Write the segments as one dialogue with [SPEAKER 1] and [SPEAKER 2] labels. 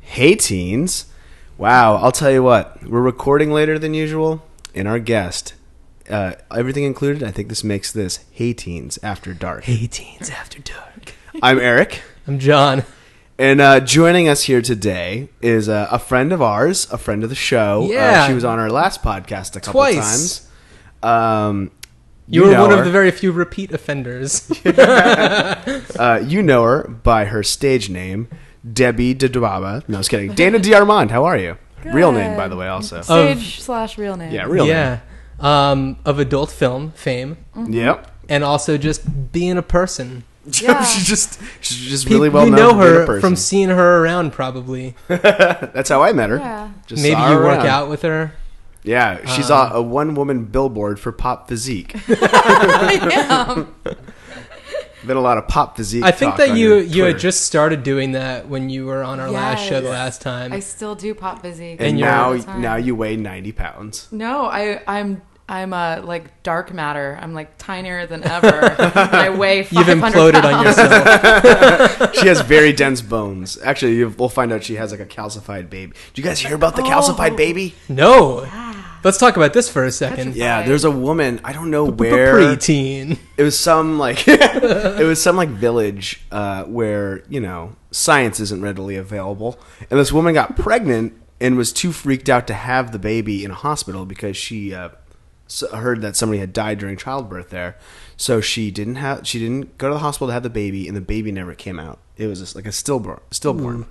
[SPEAKER 1] Hey, teens. Wow, I'll tell you what, we're recording later than usual, and our guest, uh, everything included, I think this makes this Hey, Teens After Dark.
[SPEAKER 2] Hey, teens after dark.
[SPEAKER 1] I'm Eric,
[SPEAKER 2] I'm John.
[SPEAKER 1] and uh, joining us here today is uh, a friend of ours, a friend of the show. Uh,
[SPEAKER 2] Yeah.
[SPEAKER 1] she was on our last podcast a couple
[SPEAKER 2] Twice.
[SPEAKER 1] times. Um,
[SPEAKER 2] You were
[SPEAKER 1] know
[SPEAKER 2] one
[SPEAKER 1] her.
[SPEAKER 2] of the very few repeat offenders.
[SPEAKER 1] Uh, you know her by her stage name, Debbie DeDwaba. No, I was kidding. Dana DiArmond, how are you? Real name, by the way, also.
[SPEAKER 3] Stage slash real name.
[SPEAKER 1] yeah, real
[SPEAKER 2] yeah. Um, of adult film fame
[SPEAKER 1] name. Yep.
[SPEAKER 2] and also just being a person.
[SPEAKER 3] Yeah.
[SPEAKER 1] she's just she's just
[SPEAKER 2] Pe-
[SPEAKER 1] really well
[SPEAKER 2] you
[SPEAKER 1] known
[SPEAKER 2] know
[SPEAKER 1] for being a
[SPEAKER 2] her
[SPEAKER 1] person.
[SPEAKER 2] from seeing her around probably.
[SPEAKER 1] That's how I met her.
[SPEAKER 3] Yeah.
[SPEAKER 1] Just
[SPEAKER 2] Maybe
[SPEAKER 1] saw
[SPEAKER 2] you
[SPEAKER 1] her
[SPEAKER 2] work
[SPEAKER 1] around.
[SPEAKER 2] out Um, with her.
[SPEAKER 1] Yeah, she's on a one woman billboard for pop physique.
[SPEAKER 3] Yeah.
[SPEAKER 1] Been a lot of pop physique.
[SPEAKER 2] I think
[SPEAKER 1] talk
[SPEAKER 2] that
[SPEAKER 1] on
[SPEAKER 2] you
[SPEAKER 1] your
[SPEAKER 2] you had
[SPEAKER 1] Twitter.
[SPEAKER 2] just started doing that when you were on our last show the
[SPEAKER 3] Yes.
[SPEAKER 2] last time.
[SPEAKER 3] I still do pop physique.
[SPEAKER 1] and
[SPEAKER 2] and you're-
[SPEAKER 1] now
[SPEAKER 3] all the time.
[SPEAKER 1] now you weigh ninety pounds.
[SPEAKER 3] no, I I'm I'm uh, like dark matter. I'm like tinier than ever. I weigh 500
[SPEAKER 2] You've imploded
[SPEAKER 3] pounds.
[SPEAKER 2] on yourself.
[SPEAKER 1] She has very dense bones. Actually, you, we'll find out she has like a calcified baby. Do you guys hear about the calcified
[SPEAKER 3] Oh.
[SPEAKER 1] baby?
[SPEAKER 2] no. Let's talk about this for a second.
[SPEAKER 3] Petrified.
[SPEAKER 1] Yeah, there's a woman. I don't know where.
[SPEAKER 2] Preteen.
[SPEAKER 1] it was some like it was some like village uh, where you know science isn't readily available and this woman got pregnant and was too freaked out to have the baby in a hospital because she uh, s- heard that somebody had died during childbirth there so she didn't have she didn't go to the hospital to have the baby and the baby never came out it was just like a stillborn stillborn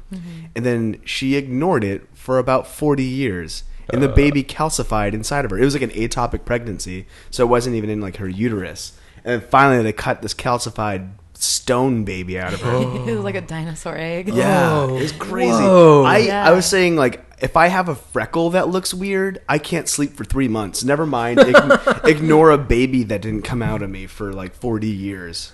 [SPEAKER 1] and then she ignored it for about 40 years and the baby calcified inside of her. It was like an atopic pregnancy, so it wasn't even in like her uterus. And then finally, they cut this calcified stone baby out of her.
[SPEAKER 3] it was like a dinosaur egg.
[SPEAKER 1] Yeah, it's crazy.
[SPEAKER 2] Whoa.
[SPEAKER 1] I
[SPEAKER 3] Yeah.
[SPEAKER 1] I was saying like if I have a freckle that looks weird, I can't sleep for three months. Never mind, ign- ignore a baby that didn't come out of me for like forty years.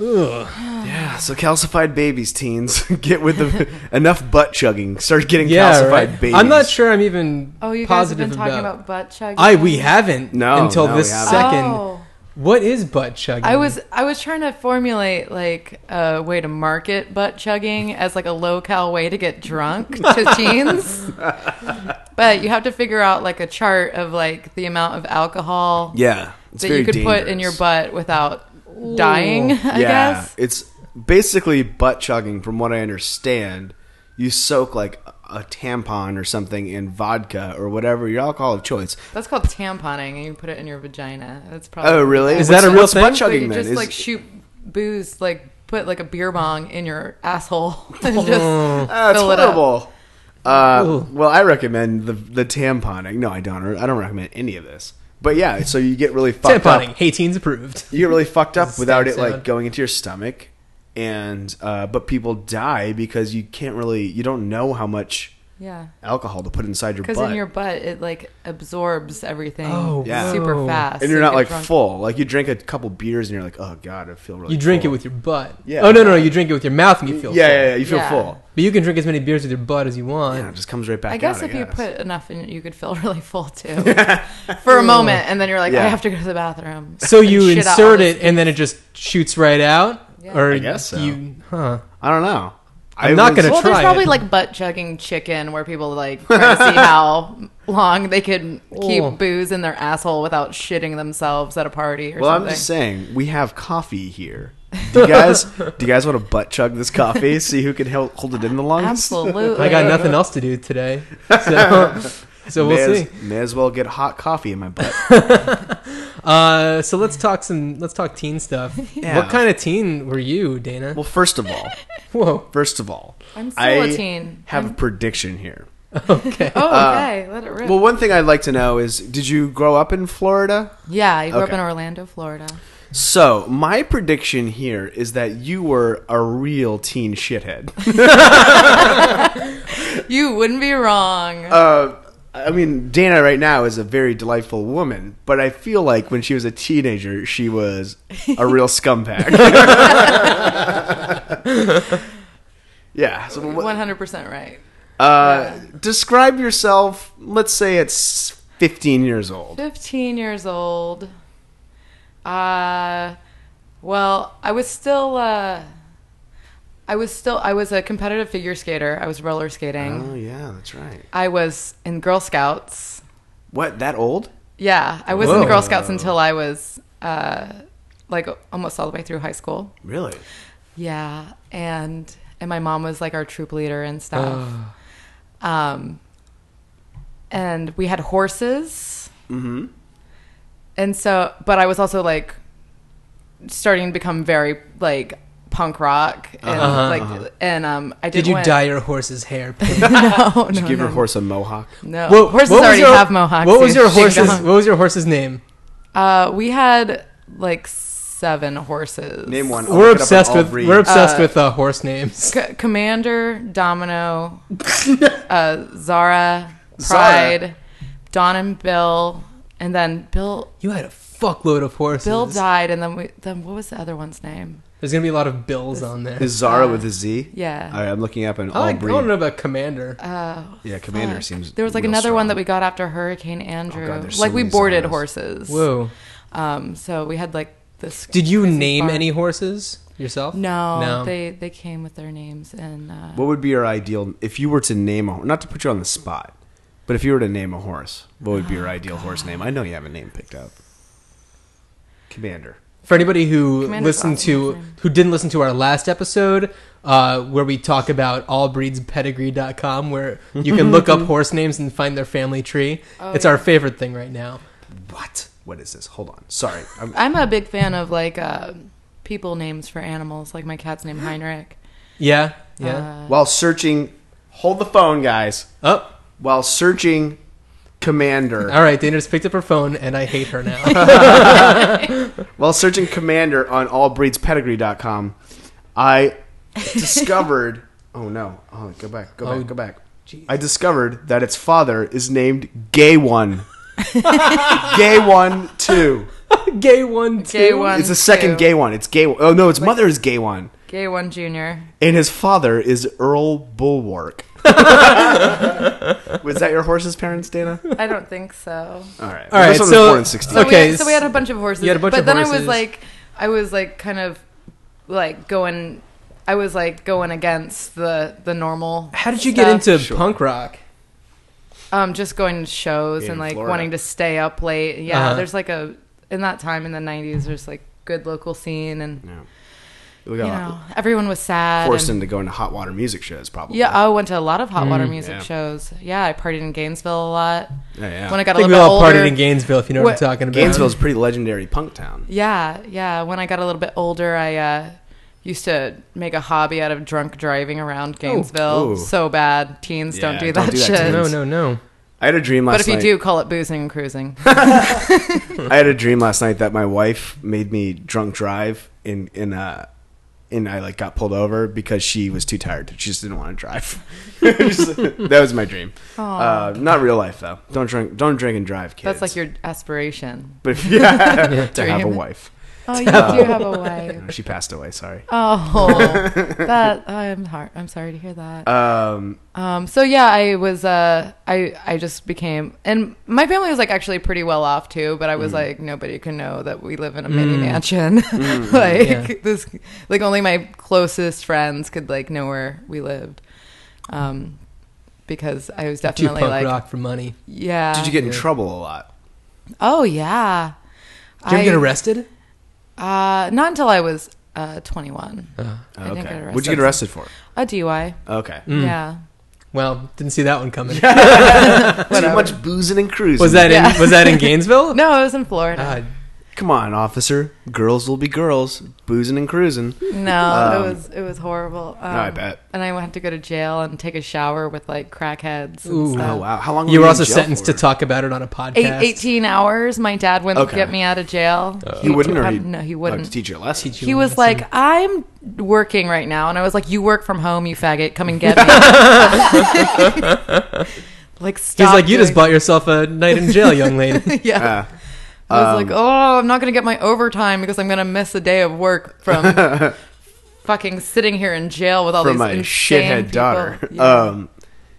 [SPEAKER 1] Yeah, so calcified babies, teens, get with the enough butt chugging. Start getting
[SPEAKER 2] Yeah,
[SPEAKER 1] calcified
[SPEAKER 2] right.
[SPEAKER 1] babies.
[SPEAKER 2] I'm not sure I'm even
[SPEAKER 3] Oh, you guys have
[SPEAKER 2] positive
[SPEAKER 3] been talking
[SPEAKER 2] about.
[SPEAKER 3] about, butt chugging.
[SPEAKER 2] I we haven't
[SPEAKER 1] No,
[SPEAKER 2] until
[SPEAKER 1] no,
[SPEAKER 2] this
[SPEAKER 1] we haven't.
[SPEAKER 2] second.
[SPEAKER 3] Oh.
[SPEAKER 2] What is butt chugging?
[SPEAKER 3] I was I was trying to formulate like a way to market butt chugging as like a low cal way to get drunk to teens. But you have to figure out like a chart of like the amount of alcohol
[SPEAKER 1] Yeah, it's
[SPEAKER 3] that
[SPEAKER 1] very
[SPEAKER 3] you could put in your
[SPEAKER 1] dangerous.
[SPEAKER 3] butt without dying, I
[SPEAKER 1] yeah,
[SPEAKER 3] guess.
[SPEAKER 1] it's basically butt chugging, from what I understand. You soak like a tampon or something in vodka or whatever your alcohol of choice.
[SPEAKER 3] That's called tamponing and you put it in your vagina. That's probably
[SPEAKER 1] Oh, really?
[SPEAKER 2] Is that a real thing?
[SPEAKER 1] Butt
[SPEAKER 3] So
[SPEAKER 1] chugging
[SPEAKER 3] you
[SPEAKER 1] then
[SPEAKER 3] just
[SPEAKER 1] Is-
[SPEAKER 3] like shoot booze like put like a beer bong in your asshole and just
[SPEAKER 1] Ah, it's
[SPEAKER 3] fill it up.
[SPEAKER 1] horrible. Uh,
[SPEAKER 2] Ooh.
[SPEAKER 1] well, I recommend the the tamponing. No, I don't. I don't recommend any of this. But yeah, so you get really fucked up.
[SPEAKER 2] tamponing. Hey, teens approved.
[SPEAKER 1] you get really fucked up
[SPEAKER 2] Stank
[SPEAKER 1] without it like
[SPEAKER 2] sound.
[SPEAKER 1] going into your stomach and uh, but people die because you can't really you don't know how much
[SPEAKER 3] Yeah.
[SPEAKER 1] alcohol to put inside your
[SPEAKER 3] Because
[SPEAKER 1] butt
[SPEAKER 3] in your butt, it like absorbs everything
[SPEAKER 2] Oh,
[SPEAKER 1] Yeah.
[SPEAKER 3] super
[SPEAKER 2] whoa.
[SPEAKER 3] fast.
[SPEAKER 1] and you're
[SPEAKER 3] so
[SPEAKER 1] not
[SPEAKER 3] get
[SPEAKER 1] like
[SPEAKER 3] drunk.
[SPEAKER 1] full like you drink a couple beers and you're like oh god i feel really
[SPEAKER 2] You drink it
[SPEAKER 1] full."
[SPEAKER 2] with your butt.
[SPEAKER 1] Yeah.
[SPEAKER 2] Oh no, no, no, you drink it with your mouth and you feel.
[SPEAKER 1] yeah,
[SPEAKER 2] full.
[SPEAKER 1] yeah yeah you feel
[SPEAKER 3] Yeah.
[SPEAKER 1] full
[SPEAKER 2] But you can drink as many beers with your butt as you want.
[SPEAKER 1] yeah it just comes right back
[SPEAKER 3] I guess
[SPEAKER 1] out,
[SPEAKER 3] if you put enough in, you could feel really full too for a moment, and then you're like,
[SPEAKER 1] Yeah.
[SPEAKER 3] I have to go to the bathroom.
[SPEAKER 2] So
[SPEAKER 3] and
[SPEAKER 2] you
[SPEAKER 3] shit out all
[SPEAKER 2] insert
[SPEAKER 3] this-
[SPEAKER 2] it and then it just shoots right out.
[SPEAKER 3] Yeah.
[SPEAKER 2] Or
[SPEAKER 1] I guess so.
[SPEAKER 2] you, huh?
[SPEAKER 1] i don't know
[SPEAKER 2] I'm not gonna
[SPEAKER 3] Well,
[SPEAKER 2] try
[SPEAKER 3] there's
[SPEAKER 2] it.
[SPEAKER 3] probably like butt chugging chicken where people like try to see how long they can
[SPEAKER 2] Oh.
[SPEAKER 3] keep booze in their asshole without shitting themselves at a party or
[SPEAKER 1] well i'm
[SPEAKER 3] something.
[SPEAKER 1] just saying we have coffee here do you guys do you guys want to butt chug this coffee see who can hel- hold it in the longest
[SPEAKER 3] Absolutely.
[SPEAKER 2] I got nothing else to do today, so so we'll
[SPEAKER 1] may,
[SPEAKER 2] see.
[SPEAKER 1] As, may as well get hot coffee in my butt
[SPEAKER 2] Uh, so let's talk some. Let's talk teen stuff.
[SPEAKER 1] Yeah.
[SPEAKER 2] What kind of teen were you, Dana?
[SPEAKER 1] well first of all
[SPEAKER 2] Whoa.
[SPEAKER 1] First of all,
[SPEAKER 3] I'm still
[SPEAKER 1] I
[SPEAKER 3] a teen.
[SPEAKER 1] have a prediction here.
[SPEAKER 2] Okay.
[SPEAKER 3] Oh, okay. Let it rip.
[SPEAKER 1] Uh, Well, one thing I'd like to know is did you grow up in Florida?
[SPEAKER 3] yeah, I grew
[SPEAKER 1] okay.
[SPEAKER 3] up in Orlando, Florida.
[SPEAKER 1] So, my prediction here is that you were a real teen shithead.
[SPEAKER 3] You wouldn't be wrong.
[SPEAKER 1] Uh, I mean, Dana right now is a very delightful woman, but I feel like when she was a teenager, she was a real scumbag. yeah. So, what-
[SPEAKER 3] One hundred percent right.
[SPEAKER 1] uh, describe yourself, let's say it's 15 years old.
[SPEAKER 3] Fifteen years old. Uh, well, I was still. Uh, I was still I was a competitive figure skater. I was roller skating.
[SPEAKER 1] Oh yeah, that's right.
[SPEAKER 3] I was in Girl Scouts.
[SPEAKER 1] What that old?
[SPEAKER 3] Yeah, I was in the
[SPEAKER 2] Whoa.
[SPEAKER 3] Girl Scouts until I was uh, like almost all the way through high school.
[SPEAKER 1] Really?
[SPEAKER 3] Yeah, and and my mom was like our troop leader and stuff. um, and we had horses,
[SPEAKER 1] Mm-hmm.
[SPEAKER 3] and so but I was also like starting to become very like punk rock and
[SPEAKER 2] Uh-huh,
[SPEAKER 3] like
[SPEAKER 1] uh-huh.
[SPEAKER 3] and um I did
[SPEAKER 2] Did you
[SPEAKER 3] win-
[SPEAKER 2] dye your horse's hair? pink?
[SPEAKER 3] no,
[SPEAKER 1] Did
[SPEAKER 3] no,
[SPEAKER 1] you give
[SPEAKER 3] no,
[SPEAKER 1] your horse a mohawk?
[SPEAKER 3] No,
[SPEAKER 2] Whoa,
[SPEAKER 3] Oh, horses
[SPEAKER 2] what was
[SPEAKER 3] already
[SPEAKER 2] your-
[SPEAKER 3] have mohawks.
[SPEAKER 2] What was
[SPEAKER 3] you
[SPEAKER 2] your
[SPEAKER 3] ding
[SPEAKER 2] horse's?
[SPEAKER 3] dong.
[SPEAKER 2] What was your horse's name?
[SPEAKER 3] Uh, we had like seven horses.
[SPEAKER 1] Name one. I'll
[SPEAKER 2] we're
[SPEAKER 1] look it up on
[SPEAKER 2] obsessed
[SPEAKER 1] all
[SPEAKER 2] with
[SPEAKER 1] breeds.
[SPEAKER 2] we're obsessed with uh, horse names.
[SPEAKER 3] C- Commander, Domino, uh, Zara,
[SPEAKER 1] Zara.
[SPEAKER 3] Pride, Don and Bill, and then Bill.
[SPEAKER 2] You had a fuckload of horses.
[SPEAKER 3] Bill died, and then we, then what was the other one's name?
[SPEAKER 2] There's gonna be a lot of bills on there.
[SPEAKER 1] Is Zara with a Z? All
[SPEAKER 3] Uh, Yeah,
[SPEAKER 1] right, I'm looking up an
[SPEAKER 2] I,
[SPEAKER 1] all
[SPEAKER 2] like, I don't
[SPEAKER 1] breed.
[SPEAKER 2] know about Commander.
[SPEAKER 3] uh,
[SPEAKER 1] Yeah, Commander
[SPEAKER 3] fuck.
[SPEAKER 1] seems.
[SPEAKER 3] There was like
[SPEAKER 1] real
[SPEAKER 3] another one that
[SPEAKER 1] strong. Oh,
[SPEAKER 3] we got after Hurricane Andrew.
[SPEAKER 1] there's so
[SPEAKER 3] like we
[SPEAKER 1] many
[SPEAKER 3] boarded
[SPEAKER 1] Zaras.
[SPEAKER 3] horses.
[SPEAKER 2] Whoa!
[SPEAKER 3] Um, so we had like this.
[SPEAKER 2] Did you
[SPEAKER 3] crazy
[SPEAKER 2] name
[SPEAKER 3] barn.
[SPEAKER 2] any horses yourself?
[SPEAKER 3] No,
[SPEAKER 2] No.
[SPEAKER 3] they they came with their names and. Uh,
[SPEAKER 1] What would be your ideal if you were to name a not to put you on the spot, but if you were to name a horse, what would be your ideal horse name? I know you have a name picked out. Commander.
[SPEAKER 2] For anybody who
[SPEAKER 3] Commander's
[SPEAKER 2] listened
[SPEAKER 3] awesome,
[SPEAKER 2] to
[SPEAKER 3] isn't
[SPEAKER 2] who didn't listen to our last episode, uh, where we talk about allbreedspedigree.com, where you can look up horse names and find their family tree.
[SPEAKER 3] Oh,
[SPEAKER 2] it's our favorite thing right now.
[SPEAKER 1] What? What is this? Hold on. Sorry. I'm,
[SPEAKER 3] I'm a big fan of like uh, people names for animals. Like my cat's name Heinrich.
[SPEAKER 2] Yeah, yeah.
[SPEAKER 3] Uh,
[SPEAKER 1] while searching, hold the phone, guys.
[SPEAKER 2] oh,
[SPEAKER 1] While searching, Commander.
[SPEAKER 2] all right. Dana just picked up her phone, and I hate her now.
[SPEAKER 1] While searching Commander on allbreedspedigree.com, I discovered. oh no! Oh, go back, go
[SPEAKER 2] Oh,
[SPEAKER 1] back, go back.
[SPEAKER 2] jeez.
[SPEAKER 1] I discovered that its father is named Gay One. gay One Two.
[SPEAKER 2] gay one, two.
[SPEAKER 3] Gay one.
[SPEAKER 1] It's the second
[SPEAKER 3] two.
[SPEAKER 1] Gay One. It's Gay. Oh no! Its mother is Gay One,
[SPEAKER 3] Gay one junior.
[SPEAKER 1] and his father is Earl Bulwark. Was that your horse's parents, Dana?
[SPEAKER 3] I don't think so.
[SPEAKER 1] All right.
[SPEAKER 2] All right,
[SPEAKER 1] This one was
[SPEAKER 2] so-
[SPEAKER 1] born in 16.
[SPEAKER 3] So
[SPEAKER 2] Okay,
[SPEAKER 3] We had, so we had a bunch of horses.
[SPEAKER 2] you had a bunch
[SPEAKER 3] but
[SPEAKER 2] of
[SPEAKER 3] then I
[SPEAKER 2] horses.
[SPEAKER 3] was like, I was like, kind of like going. I was like going against the the normal.
[SPEAKER 2] How did you get
[SPEAKER 3] stuff.
[SPEAKER 2] into
[SPEAKER 1] Sure.
[SPEAKER 2] punk rock?
[SPEAKER 3] Um, just going to shows
[SPEAKER 1] In
[SPEAKER 3] and like
[SPEAKER 1] Florida.
[SPEAKER 3] wanting to stay up late. Yeah,
[SPEAKER 2] Uh-huh.
[SPEAKER 3] there's like a in that time in the '90s. There's like good local scene and
[SPEAKER 1] Yeah. We
[SPEAKER 3] you
[SPEAKER 1] got
[SPEAKER 3] know everyone was sad.
[SPEAKER 1] forced
[SPEAKER 3] and-
[SPEAKER 1] into going to hot water music shows, probably.
[SPEAKER 3] Yeah, uh, oh, I went to a lot of hot
[SPEAKER 2] Mm-hmm.
[SPEAKER 3] water music
[SPEAKER 1] Yeah.
[SPEAKER 3] shows. Yeah, I partied in Gainesville a lot.
[SPEAKER 1] yeah, yeah.
[SPEAKER 3] When I
[SPEAKER 2] I
[SPEAKER 3] got a
[SPEAKER 2] think we
[SPEAKER 3] little bit
[SPEAKER 2] all
[SPEAKER 3] older,
[SPEAKER 2] partied in Gainesville, if you know what,
[SPEAKER 3] What-
[SPEAKER 2] I'm talking about.
[SPEAKER 1] Gainesville's a pretty legendary punk town.
[SPEAKER 3] yeah, yeah. When I got a little bit older, I uh, used to make a hobby out of drunk driving around Gainesville.
[SPEAKER 1] ooh.
[SPEAKER 3] So bad, teens
[SPEAKER 1] Yeah,
[SPEAKER 3] don't do
[SPEAKER 1] don't
[SPEAKER 3] that
[SPEAKER 1] do that,
[SPEAKER 3] shit.
[SPEAKER 1] teens.
[SPEAKER 2] No, no, no.
[SPEAKER 1] I had a dream
[SPEAKER 3] But
[SPEAKER 1] last
[SPEAKER 3] if you
[SPEAKER 1] night.
[SPEAKER 3] do, call it boozing and cruising.
[SPEAKER 1] I had a dream last night that my wife made me drunk drive in in uh and I like got pulled over because she was too tired. She just didn't want to drive. Just- that was my dream. Uh, not real life though. Don't drink. Don't drink and drive, kids.
[SPEAKER 3] That's like your aspiration.
[SPEAKER 1] But yeah, to have a
[SPEAKER 3] Dream.
[SPEAKER 1] wife.
[SPEAKER 3] Oh, you do have a wife.
[SPEAKER 1] She passed away. Sorry.
[SPEAKER 3] Oh, that I'm hard. I'm sorry to hear that.
[SPEAKER 1] Um,
[SPEAKER 3] Um, so yeah, I was uh, I I just became, and my family was like actually pretty well off too. But I
[SPEAKER 2] Mm.
[SPEAKER 3] was like, nobody can know that we live in a mini mansion.
[SPEAKER 2] Mm.
[SPEAKER 3] like
[SPEAKER 2] Yeah.
[SPEAKER 3] this, like only my closest friends could like know where we lived, um, because I was
[SPEAKER 2] Too
[SPEAKER 3] definitely
[SPEAKER 2] punk
[SPEAKER 3] like,
[SPEAKER 2] rock for money.
[SPEAKER 3] yeah.
[SPEAKER 1] did you get in
[SPEAKER 2] Yeah.
[SPEAKER 1] trouble a lot?
[SPEAKER 3] Oh yeah.
[SPEAKER 2] Did you ever
[SPEAKER 3] I-
[SPEAKER 2] get arrested?
[SPEAKER 3] Uh, not until I was uh 21.
[SPEAKER 1] Oh,
[SPEAKER 3] I didn't
[SPEAKER 1] okay.
[SPEAKER 3] get
[SPEAKER 1] What'd you get arrested for?
[SPEAKER 3] A DUI.
[SPEAKER 1] Okay.
[SPEAKER 2] Mm.
[SPEAKER 3] Yeah.
[SPEAKER 2] Well, didn't see that one coming.
[SPEAKER 1] Too much boozing and cruising.
[SPEAKER 2] Was that in
[SPEAKER 3] Yeah.
[SPEAKER 2] was that in Gainesville?
[SPEAKER 3] No, I was in Florida.
[SPEAKER 2] God.
[SPEAKER 1] Come on, officer. Girls will be girls. Boozing and cruising.
[SPEAKER 3] No,
[SPEAKER 1] Um,
[SPEAKER 3] it was it was horrible. Um,
[SPEAKER 1] I bet.
[SPEAKER 3] And I had to go to jail and take a shower with like crackheads. And
[SPEAKER 2] Ooh.
[SPEAKER 1] Oh
[SPEAKER 3] stuff.
[SPEAKER 1] wow! How long?
[SPEAKER 2] you were
[SPEAKER 1] in
[SPEAKER 2] also
[SPEAKER 1] jail
[SPEAKER 2] sentenced
[SPEAKER 1] for?
[SPEAKER 2] to talk about it on a podcast.
[SPEAKER 3] Eight, 18 hours. My dad wouldn't
[SPEAKER 1] Okay.
[SPEAKER 3] get me out of jail.
[SPEAKER 2] Uh,
[SPEAKER 1] He wouldn't, or he,
[SPEAKER 3] no, he
[SPEAKER 1] Oh, to
[SPEAKER 3] wouldn't.
[SPEAKER 1] teach you a lesson.
[SPEAKER 2] Teach you
[SPEAKER 3] He
[SPEAKER 2] a
[SPEAKER 3] was
[SPEAKER 2] lesson.
[SPEAKER 3] like, "I'm working right now," and I was like, "You work from home, you faggot. Come and get me." like stop.
[SPEAKER 2] He's like, you just
[SPEAKER 3] doing-
[SPEAKER 2] bought yourself a night in jail, young lady.
[SPEAKER 3] yeah.
[SPEAKER 1] Uh,
[SPEAKER 3] I was
[SPEAKER 1] Um,
[SPEAKER 3] like, oh, I'm not going to get my overtime because I'm going to miss a day of work from fucking sitting here in jail with all
[SPEAKER 1] from
[SPEAKER 3] these
[SPEAKER 1] my
[SPEAKER 3] insane
[SPEAKER 1] shithead
[SPEAKER 3] people."
[SPEAKER 1] daughter.
[SPEAKER 3] Yeah.
[SPEAKER 1] Um,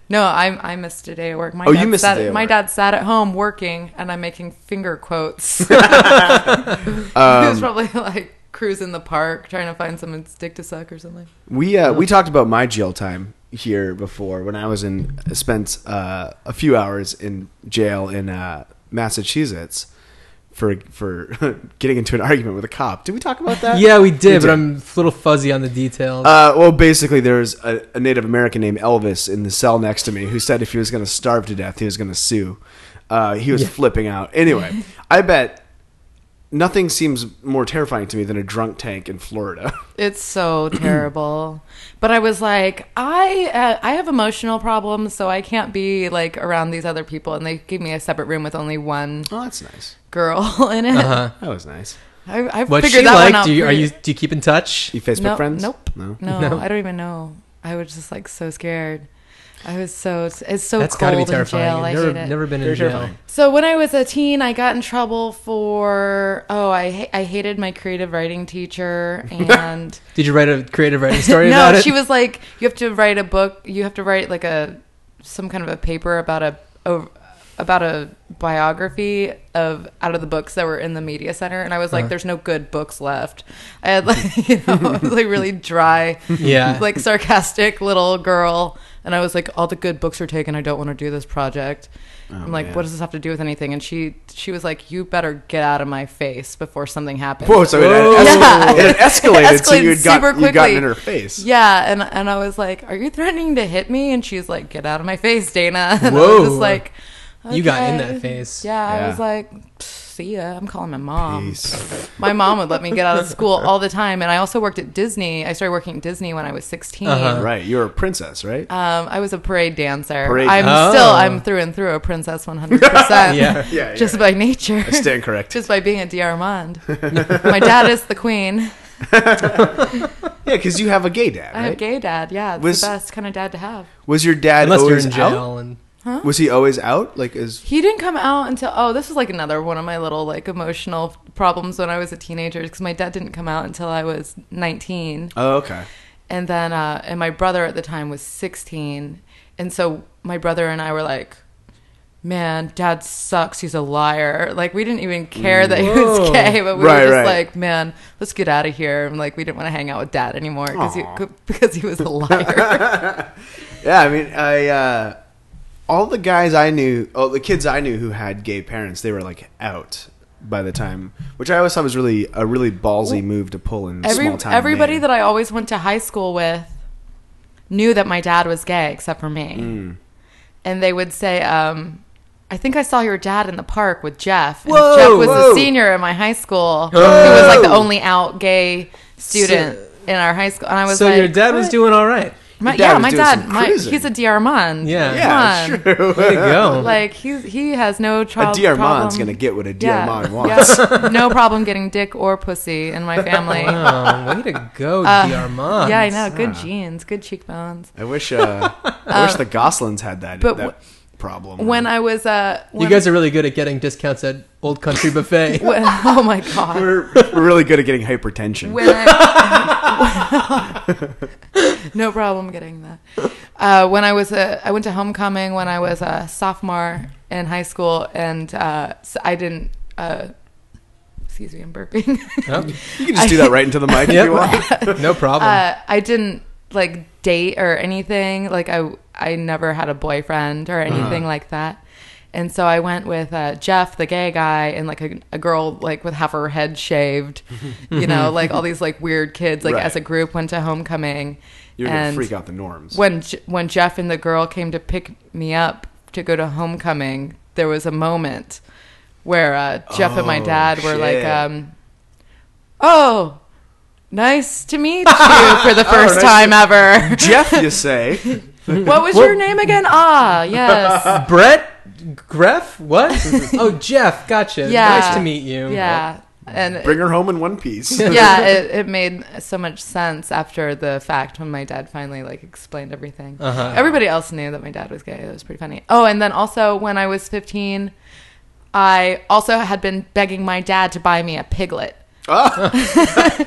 [SPEAKER 3] no, I I missed a day of work. My
[SPEAKER 1] Oh, you
[SPEAKER 3] dad
[SPEAKER 1] missed a
[SPEAKER 3] sat,
[SPEAKER 1] day at
[SPEAKER 3] My
[SPEAKER 1] work.
[SPEAKER 3] dad sat at home working, and I'm making finger quotes. he was probably like cruising the park trying to find someone's dick to suck or something.
[SPEAKER 1] We uh, we talked about my jail time here before when I was in spent uh, a few hours in jail in uh, Massachusetts for for getting into an argument with a cop. Did we talk about that?
[SPEAKER 2] Yeah, we did,
[SPEAKER 1] We
[SPEAKER 2] but I'm a little fuzzy on the details.
[SPEAKER 1] Uh, well, basically, there's a, a Native American named Elvis in the cell next to me who said if he was going to starve to death, he was going to sue. Uh, he was flipping out. Anyway, I bet nothing seems more terrifying to me than a drunk tank in Florida.
[SPEAKER 3] It's so terrible. But I was like, I uh, I have emotional problems, so I can't be like around these other people. And they gave me a separate room with only one
[SPEAKER 1] oh, that's nice.
[SPEAKER 3] girl in it.
[SPEAKER 2] Uh-huh.
[SPEAKER 1] That was nice.
[SPEAKER 3] I, I
[SPEAKER 2] What's
[SPEAKER 3] figured
[SPEAKER 2] she
[SPEAKER 3] that
[SPEAKER 2] like?
[SPEAKER 3] one out.
[SPEAKER 2] Do you, are
[SPEAKER 3] pretty-
[SPEAKER 2] you do you keep in touch?
[SPEAKER 1] You Facebook
[SPEAKER 3] no,
[SPEAKER 1] friends?
[SPEAKER 3] Nope.
[SPEAKER 1] No.
[SPEAKER 3] No,
[SPEAKER 2] No.
[SPEAKER 3] I don't even know. I was just like so scared. I was so it's so
[SPEAKER 2] That's
[SPEAKER 3] cold
[SPEAKER 2] gotta be
[SPEAKER 3] in jail.
[SPEAKER 2] terrifying.
[SPEAKER 3] I hate
[SPEAKER 2] I've never,
[SPEAKER 3] it.
[SPEAKER 2] never been in
[SPEAKER 1] Very
[SPEAKER 2] jail.
[SPEAKER 1] terrifying.
[SPEAKER 3] So when I was a teen, I got in trouble for oh, I ha- I hated my creative writing teacher and
[SPEAKER 2] Did you write a creative writing story
[SPEAKER 3] no,
[SPEAKER 2] about it?
[SPEAKER 3] she was like, you have to write a book. You have to write like a some kind of a paper about a o- about a biography of out of the books that were in the media center. And I was like,
[SPEAKER 2] Uh-huh.
[SPEAKER 3] there's no good books left. I had like you know I was, like really dry,
[SPEAKER 2] yeah.
[SPEAKER 3] like sarcastic little girl. And I was like, all the good books are taken. I don't want to do this project. I'm like,
[SPEAKER 1] man.
[SPEAKER 3] what does this have to do with anything? And she she was like, you better get out of my face before something happens.
[SPEAKER 1] Whoa, so it,
[SPEAKER 3] Yeah.
[SPEAKER 1] had escal- it had escalated, so
[SPEAKER 3] Escalated
[SPEAKER 1] you had got,
[SPEAKER 3] super
[SPEAKER 1] you gotten
[SPEAKER 3] quickly.
[SPEAKER 1] in her face.
[SPEAKER 3] Yeah, and and I was like, "Are you threatening to hit me?" And she's like, "Get out of my face, Dana." And I
[SPEAKER 2] Whoa.
[SPEAKER 3] was just like,
[SPEAKER 2] You got in
[SPEAKER 3] "Okay."
[SPEAKER 2] that phase.
[SPEAKER 3] Yeah,
[SPEAKER 1] Yeah.
[SPEAKER 3] I was like, "Pfft, "See ya." I'm calling my mom.
[SPEAKER 1] Peace.
[SPEAKER 3] My mom would let me get out of school all the time, and I also worked at Disney. I started working at Disney when I was 16.
[SPEAKER 2] Uh-huh.
[SPEAKER 1] Right, you're a princess, right?
[SPEAKER 3] Um, I was a parade dancer.
[SPEAKER 1] Parade
[SPEAKER 3] I'm
[SPEAKER 2] dancer.
[SPEAKER 3] still
[SPEAKER 2] Oh.
[SPEAKER 3] I'm through and through a princess 100. percent
[SPEAKER 2] Yeah.
[SPEAKER 1] yeah,
[SPEAKER 3] just by nature.
[SPEAKER 1] I stand corrected.
[SPEAKER 3] Just by being a D'Armand. My dad is the queen.
[SPEAKER 1] Yeah, because you have a gay dad,
[SPEAKER 3] I
[SPEAKER 1] right?
[SPEAKER 3] have gay dad. Yeah, it's
[SPEAKER 1] Was-
[SPEAKER 3] the best kind of dad to have.
[SPEAKER 1] Was your dad
[SPEAKER 2] Unless you're
[SPEAKER 1] always
[SPEAKER 2] in
[SPEAKER 1] out?
[SPEAKER 2] jail and
[SPEAKER 1] Was he always out? Like, is
[SPEAKER 3] He didn't come out until oh, this is like another one of my little like emotional problems when I was a teenager because my dad didn't come out until I was 19,
[SPEAKER 1] oh okay.
[SPEAKER 3] and then uh, and my brother at the time was 16, and so my brother and I were like. Man, dad sucks. He's a liar. Like, we didn't even care that he was
[SPEAKER 2] Whoa.
[SPEAKER 3] gay, but we were
[SPEAKER 1] Right,
[SPEAKER 3] just
[SPEAKER 1] right.
[SPEAKER 3] like, man, let's get out of here. And, like, we didn't want to hang out with dad anymore cause he,
[SPEAKER 1] Aw.
[SPEAKER 3] because he was a liar.
[SPEAKER 1] Yeah, I mean, I uh, all the guys I knew, oh, the kids I knew who had gay parents, they were like out by the time, which I always thought was really a really ballsy move to pull in
[SPEAKER 3] Every,
[SPEAKER 1] small town.
[SPEAKER 3] everybody
[SPEAKER 1] Maine.
[SPEAKER 3] that I always went to high school with knew that my dad was gay, except for me.
[SPEAKER 1] Mm.
[SPEAKER 3] And they would say, um, I think I saw your dad in the park with Jeff. And
[SPEAKER 2] Whoa,
[SPEAKER 3] Jeff was
[SPEAKER 1] whoa.
[SPEAKER 3] a senior in my high school. He
[SPEAKER 2] Oh.
[SPEAKER 3] was like the only out gay student in our high school. And I was
[SPEAKER 2] so
[SPEAKER 3] like,
[SPEAKER 2] your dad was
[SPEAKER 3] "What?"
[SPEAKER 2] doing all right.
[SPEAKER 3] My,
[SPEAKER 1] Your dad
[SPEAKER 3] yeah,
[SPEAKER 1] was
[SPEAKER 3] my
[SPEAKER 1] doing
[SPEAKER 3] dad.
[SPEAKER 1] some
[SPEAKER 3] My,
[SPEAKER 1] cruising.
[SPEAKER 3] he's a D'Armand.
[SPEAKER 2] Yeah.
[SPEAKER 1] yeah,
[SPEAKER 3] Come on.
[SPEAKER 1] true.
[SPEAKER 2] Way to go.
[SPEAKER 3] Like he's he has no trou-
[SPEAKER 1] A
[SPEAKER 3] problem.
[SPEAKER 1] Diarmond's gonna get what a
[SPEAKER 3] Yeah.
[SPEAKER 1] Diarmond
[SPEAKER 3] Yeah.
[SPEAKER 1] wants.
[SPEAKER 3] no problem getting dick or pussy in my family.
[SPEAKER 2] wow, way to go,
[SPEAKER 3] Uh,
[SPEAKER 2] D'Armand.
[SPEAKER 3] Yeah, I know. Good genes, good cheekbones.
[SPEAKER 1] I wish, uh, I wish the Goslins had that,
[SPEAKER 3] but
[SPEAKER 1] that problem.
[SPEAKER 3] When I was uh, when
[SPEAKER 2] You guys are really good at getting discounts at Old Country Buffet.
[SPEAKER 3] when- oh my god.
[SPEAKER 1] we're, we're really good at getting hypertension.
[SPEAKER 3] When I, no problem getting that. Uh, when I was a, I went to homecoming when I was a sophomore in high school, and uh, s I didn't. Uh, excuse me, I'm burping.
[SPEAKER 2] Oh,
[SPEAKER 1] you can just do that right into the mic if
[SPEAKER 2] Yep.
[SPEAKER 1] you want.
[SPEAKER 2] no problem.
[SPEAKER 3] uh, I didn't like date or anything. Like I, I never had a boyfriend or anything like that. And so I went with uh, Jeff, the gay guy, and like a, a girl like with half her head shaved. you know, like all these like weird kids. Like
[SPEAKER 1] Right.
[SPEAKER 3] as a group went to homecoming.
[SPEAKER 1] You're gonna
[SPEAKER 3] And
[SPEAKER 1] freak out the norms.
[SPEAKER 3] When J- when Jeff and the girl came to pick me up to go to homecoming, there was a moment where uh, Jeff and my
[SPEAKER 1] Oh,
[SPEAKER 3] dad were like,
[SPEAKER 1] shit.
[SPEAKER 3] um, "Oh, nice to meet you for the first
[SPEAKER 1] Oh, nice
[SPEAKER 3] time ever.
[SPEAKER 1] Jeff, you say?
[SPEAKER 3] what was your name again? Ah, yes,
[SPEAKER 2] Brett Greff? What? oh, Jeff. Gotcha.
[SPEAKER 3] Yeah.
[SPEAKER 2] Nice to meet you.
[SPEAKER 3] yeah." And
[SPEAKER 1] Bring her home in one piece.
[SPEAKER 3] yeah, it, it made so much sense after the fact when my dad finally like explained everything.
[SPEAKER 2] Uh-huh.
[SPEAKER 3] Everybody else knew that my dad was gay. It was pretty funny. Oh, and then also when I was 15, I also had been begging my dad to buy me a piglet.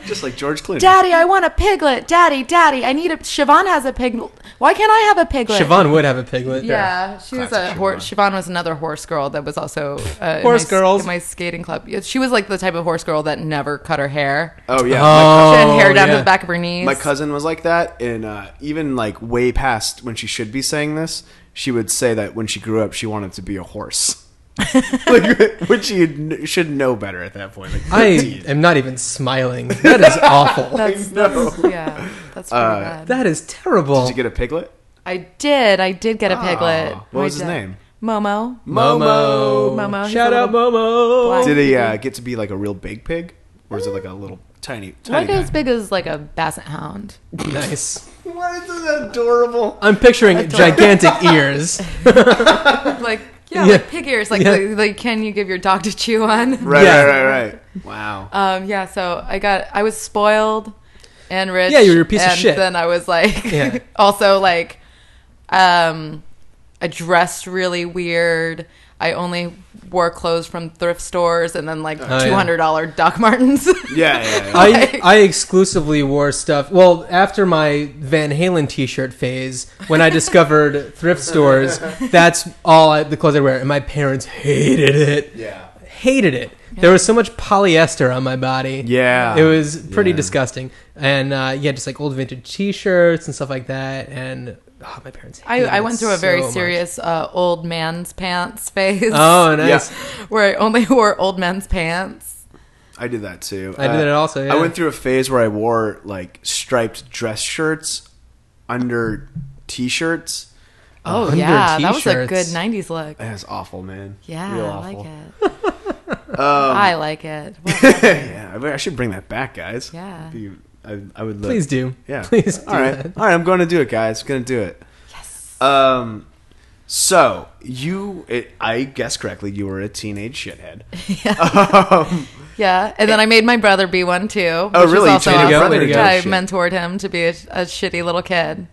[SPEAKER 1] Just like George Clooney.
[SPEAKER 3] Daddy, I want a piglet. Daddy, Daddy, I need a. Siobhan has a piglet. Why can't I have a piglet?
[SPEAKER 2] Siobhan would have a piglet.
[SPEAKER 3] Yeah, she was a
[SPEAKER 1] Classic
[SPEAKER 3] horse. Siobhan was another horse girl that was also uh, in
[SPEAKER 2] Horse
[SPEAKER 3] my s-
[SPEAKER 2] girls.
[SPEAKER 3] in my skating club. Yeah, She was like the type of horse girl that never cut her hair.
[SPEAKER 1] oh yeah.
[SPEAKER 2] Oh,
[SPEAKER 3] she had hair down
[SPEAKER 2] yeah.
[SPEAKER 3] to the back of her knees.
[SPEAKER 1] My cousin was like that, and uh, even like way past when she should be saying this, she would say that when she grew up, she wanted to be a horse. like, which you kn- should know better at that point. Like,
[SPEAKER 2] I
[SPEAKER 1] 13.
[SPEAKER 2] am not even smiling. That is awful.
[SPEAKER 3] That's, that's yeah, that's pretty
[SPEAKER 1] Uh,
[SPEAKER 3] bad.
[SPEAKER 2] that is terrible.
[SPEAKER 1] did you get a piglet?
[SPEAKER 3] I did. I did get a piglet.
[SPEAKER 1] what was his
[SPEAKER 3] dad-
[SPEAKER 1] name?
[SPEAKER 3] Momo.
[SPEAKER 2] Momo.
[SPEAKER 3] Momo, he's
[SPEAKER 2] Shout
[SPEAKER 3] a
[SPEAKER 2] out Momo.
[SPEAKER 3] black-
[SPEAKER 1] Did he uh, get to be like a real big pig, or is it like a little tiny? tiny
[SPEAKER 3] Like
[SPEAKER 1] guy?
[SPEAKER 3] as big as like a basset hound.
[SPEAKER 2] Nice.
[SPEAKER 1] Why is that adorable?
[SPEAKER 2] I'm picturing gigantic ears.
[SPEAKER 3] like yeah,
[SPEAKER 2] Yeah.
[SPEAKER 3] like pig ears. Like,
[SPEAKER 2] Yeah.
[SPEAKER 3] like like can you give your dog to chew on?
[SPEAKER 1] Right,
[SPEAKER 2] Yeah. Uh,
[SPEAKER 1] right, right, right. Wow.
[SPEAKER 3] Um, yeah, so I got I was spoiled and rich.
[SPEAKER 2] Yeah, you were a piece of
[SPEAKER 3] and
[SPEAKER 2] shit.
[SPEAKER 3] Then I was like,
[SPEAKER 2] Yeah.
[SPEAKER 3] also like, um, I dressed really weird. I only wore clothes from thrift stores and then like
[SPEAKER 2] Oh, yeah.
[SPEAKER 3] two hundred dollar Doc Martens.
[SPEAKER 1] Yeah, yeah, yeah.
[SPEAKER 2] I,
[SPEAKER 3] Like-
[SPEAKER 2] I exclusively wore stuff. Well, after my Van Halen T-shirt phase, when I discovered thrift stores, that's all I, the clothes I wear, and my parents hated it.
[SPEAKER 1] yeah.
[SPEAKER 2] Hated it. There was so much polyester on my body.
[SPEAKER 1] Yeah.
[SPEAKER 2] it was pretty
[SPEAKER 1] Yeah.
[SPEAKER 2] disgusting. And uh, yeah, just like old vintage T-shirts and stuff like that. And oh, my parents.
[SPEAKER 3] I,
[SPEAKER 2] hated
[SPEAKER 3] I
[SPEAKER 2] it
[SPEAKER 3] went through a very
[SPEAKER 2] so much.
[SPEAKER 3] serious uh, old man's pants phase
[SPEAKER 2] Oh, nice.
[SPEAKER 3] where I only wore old men's pants.
[SPEAKER 1] I did that too. Uh,
[SPEAKER 2] I did that also,
[SPEAKER 1] I
[SPEAKER 2] yeah.
[SPEAKER 1] went through a phase where I wore like striped dress shirts under t-shirts.
[SPEAKER 3] Oh
[SPEAKER 2] Under
[SPEAKER 3] yeah, that was a good
[SPEAKER 2] t-shirts.
[SPEAKER 3] '90s look.
[SPEAKER 1] That was awful, man.
[SPEAKER 3] Yeah,
[SPEAKER 1] Real
[SPEAKER 3] I
[SPEAKER 1] awful.
[SPEAKER 3] like it. I like it. Well,
[SPEAKER 1] yeah, I mean, I should bring that back, guys.
[SPEAKER 3] Yeah.
[SPEAKER 1] Be- I, I would. Love,
[SPEAKER 2] Please do.
[SPEAKER 1] Yeah.
[SPEAKER 2] Please do
[SPEAKER 1] All right.
[SPEAKER 2] that.
[SPEAKER 1] All right. I'm going to do it, guys. I'm going to do it.
[SPEAKER 3] yes.
[SPEAKER 1] Um. So you, it, I guess correctly, you were a teenage shithead.
[SPEAKER 3] Yeah, and then I made my brother be one too. Oh,
[SPEAKER 1] really?
[SPEAKER 3] Also
[SPEAKER 1] Way to
[SPEAKER 2] go,
[SPEAKER 3] awesome.
[SPEAKER 2] way to go.
[SPEAKER 3] I
[SPEAKER 1] Shit.
[SPEAKER 3] mentored him to be a, a shitty little kid.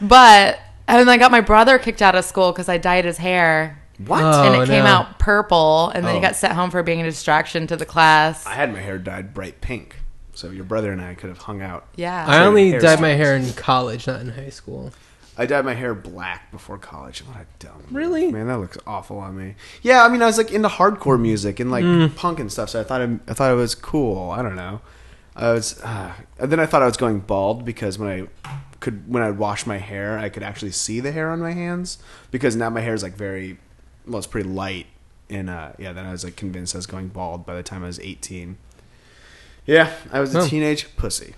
[SPEAKER 3] but and I got my brother kicked out of school because I dyed his hair,
[SPEAKER 1] What?
[SPEAKER 2] Oh.
[SPEAKER 3] and it came
[SPEAKER 2] no.
[SPEAKER 3] out purple, and then
[SPEAKER 1] Oh.
[SPEAKER 3] he got sent home for being a distraction to the class.
[SPEAKER 1] I had my hair dyed bright pink, so your brother and I could have hung out.
[SPEAKER 3] yeah.
[SPEAKER 2] I only
[SPEAKER 1] Hair
[SPEAKER 2] dyed my hair in college, not in high school.
[SPEAKER 1] I dyed my hair black before college. What a dumb.
[SPEAKER 2] Really?
[SPEAKER 1] Man, that looks awful on me. Yeah, I mean, I was like into hardcore music and like
[SPEAKER 3] Mm.
[SPEAKER 1] punk and stuff, so I thought I, I thought it was cool. I don't know. I was, uh, and then I thought I was going bald because when I could when I would wash my hair, I could actually see the hair on my hands because now my hair is like very, well, it's pretty light. And uh, yeah, then I was like convinced I was going bald by the time I was eighteen. Yeah, I was a
[SPEAKER 2] Oh.
[SPEAKER 1] teenage pussy.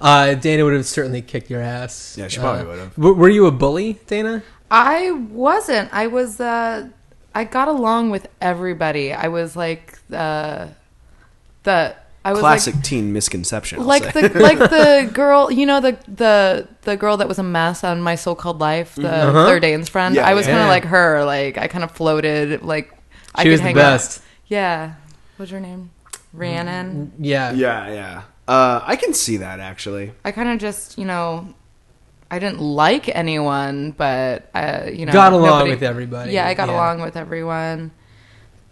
[SPEAKER 2] Uh, Dana would have certainly kicked your ass.
[SPEAKER 1] Yeah, she
[SPEAKER 2] Uh,
[SPEAKER 1] probably would have.
[SPEAKER 2] W- were you a bully, Dana?
[SPEAKER 3] I wasn't. I was. Uh, I got along with everybody. I was like uh, the. I was like
[SPEAKER 1] Classic teen misconception. I'll
[SPEAKER 3] like
[SPEAKER 1] say.
[SPEAKER 3] the like the girl you know the the the girl that was a mess on my so-called life
[SPEAKER 2] Mm-hmm.
[SPEAKER 3] the
[SPEAKER 2] Uh-huh.
[SPEAKER 3] third Dane's friend
[SPEAKER 1] Yeah,
[SPEAKER 3] i was
[SPEAKER 1] yeah.
[SPEAKER 3] kind
[SPEAKER 2] Yeah.
[SPEAKER 3] of like her like i kind of floated like i
[SPEAKER 2] She
[SPEAKER 3] could
[SPEAKER 2] was the
[SPEAKER 3] hang out.
[SPEAKER 2] best. Mm-hmm.
[SPEAKER 3] yeah what's her name rhiannon
[SPEAKER 2] Yeah.
[SPEAKER 1] Yeah, yeah. Uh, I can see that actually.
[SPEAKER 3] i kind of just you know i didn't like anyone but uh you know
[SPEAKER 2] Got along
[SPEAKER 3] nobody-
[SPEAKER 2] with everybody.
[SPEAKER 3] yeah i got
[SPEAKER 2] Yeah.
[SPEAKER 3] along with everyone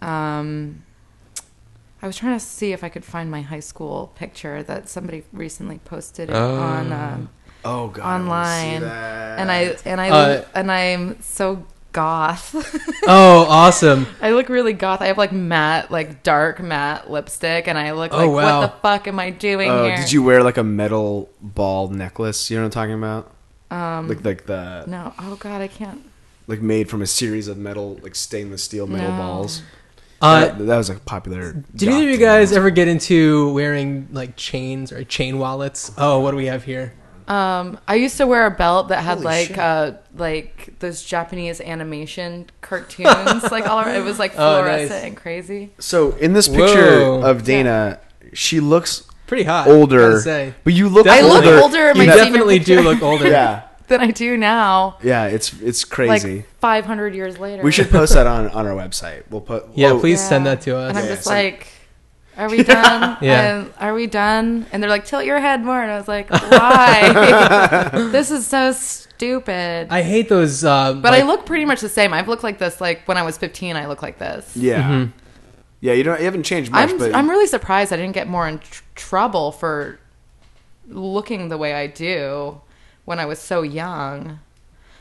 [SPEAKER 3] um I was trying to see if I could find my high school picture that somebody recently posted it on um,
[SPEAKER 1] Oh god,
[SPEAKER 3] online, and I and I
[SPEAKER 2] Uh,
[SPEAKER 3] and I'm so goth.
[SPEAKER 2] Oh, awesome.
[SPEAKER 3] I look really goth. I have like matte, like dark matte lipstick, and I look
[SPEAKER 2] Oh,
[SPEAKER 3] like
[SPEAKER 2] wow.
[SPEAKER 3] what the fuck am I doing
[SPEAKER 1] Oh,
[SPEAKER 3] here?
[SPEAKER 1] did you wear like a metal ball necklace? You know what I'm talking about? Um, like like the
[SPEAKER 3] No. Oh god, I can't.
[SPEAKER 1] like made from a series of metal like stainless steel metal
[SPEAKER 3] No.
[SPEAKER 1] balls.
[SPEAKER 2] Uh,
[SPEAKER 1] that, that was like popular.
[SPEAKER 2] did either of you guys ever get into wearing like chains or chain wallets? Oh, what do we have here?
[SPEAKER 3] Um, I used to wear a belt that had
[SPEAKER 1] Holy
[SPEAKER 3] like
[SPEAKER 1] shit.
[SPEAKER 3] uh like those Japanese animation cartoons, like all around. It was like
[SPEAKER 2] Oh, nice.
[SPEAKER 3] fluorescent and crazy.
[SPEAKER 1] So in this picture
[SPEAKER 2] Whoa.
[SPEAKER 1] of Dana, she looks
[SPEAKER 2] Pretty hot.
[SPEAKER 1] older,
[SPEAKER 2] gotta say.
[SPEAKER 1] but you look.
[SPEAKER 2] That's
[SPEAKER 3] I look
[SPEAKER 1] older.
[SPEAKER 3] older in
[SPEAKER 2] You
[SPEAKER 3] my senior
[SPEAKER 2] definitely do
[SPEAKER 3] picture
[SPEAKER 2] look older.
[SPEAKER 1] Yeah,
[SPEAKER 3] than I do now.
[SPEAKER 1] yeah. It's it's crazy.
[SPEAKER 3] Like 500 years later.
[SPEAKER 1] we should post that on on our website. We'll put.
[SPEAKER 2] Yeah,
[SPEAKER 1] oh,
[SPEAKER 2] please. send that to us.
[SPEAKER 3] And I'm
[SPEAKER 1] Yeah,
[SPEAKER 3] just
[SPEAKER 1] send-
[SPEAKER 3] like, are we done?
[SPEAKER 2] Yeah.
[SPEAKER 3] And are we done? And they're like, tilt your head more. And I was like, why? this is so stupid.
[SPEAKER 2] I hate those. Uh,
[SPEAKER 3] but
[SPEAKER 2] like-
[SPEAKER 3] I look pretty much the same. I've looked like this. Like when I was 15, I looked like this.
[SPEAKER 1] Yeah. Yeah, you don't. You haven't changed much,
[SPEAKER 3] Mm-hmm. I'm
[SPEAKER 1] but
[SPEAKER 3] I'm really surprised I didn't get more in tr- trouble for looking the way I do when I was so young.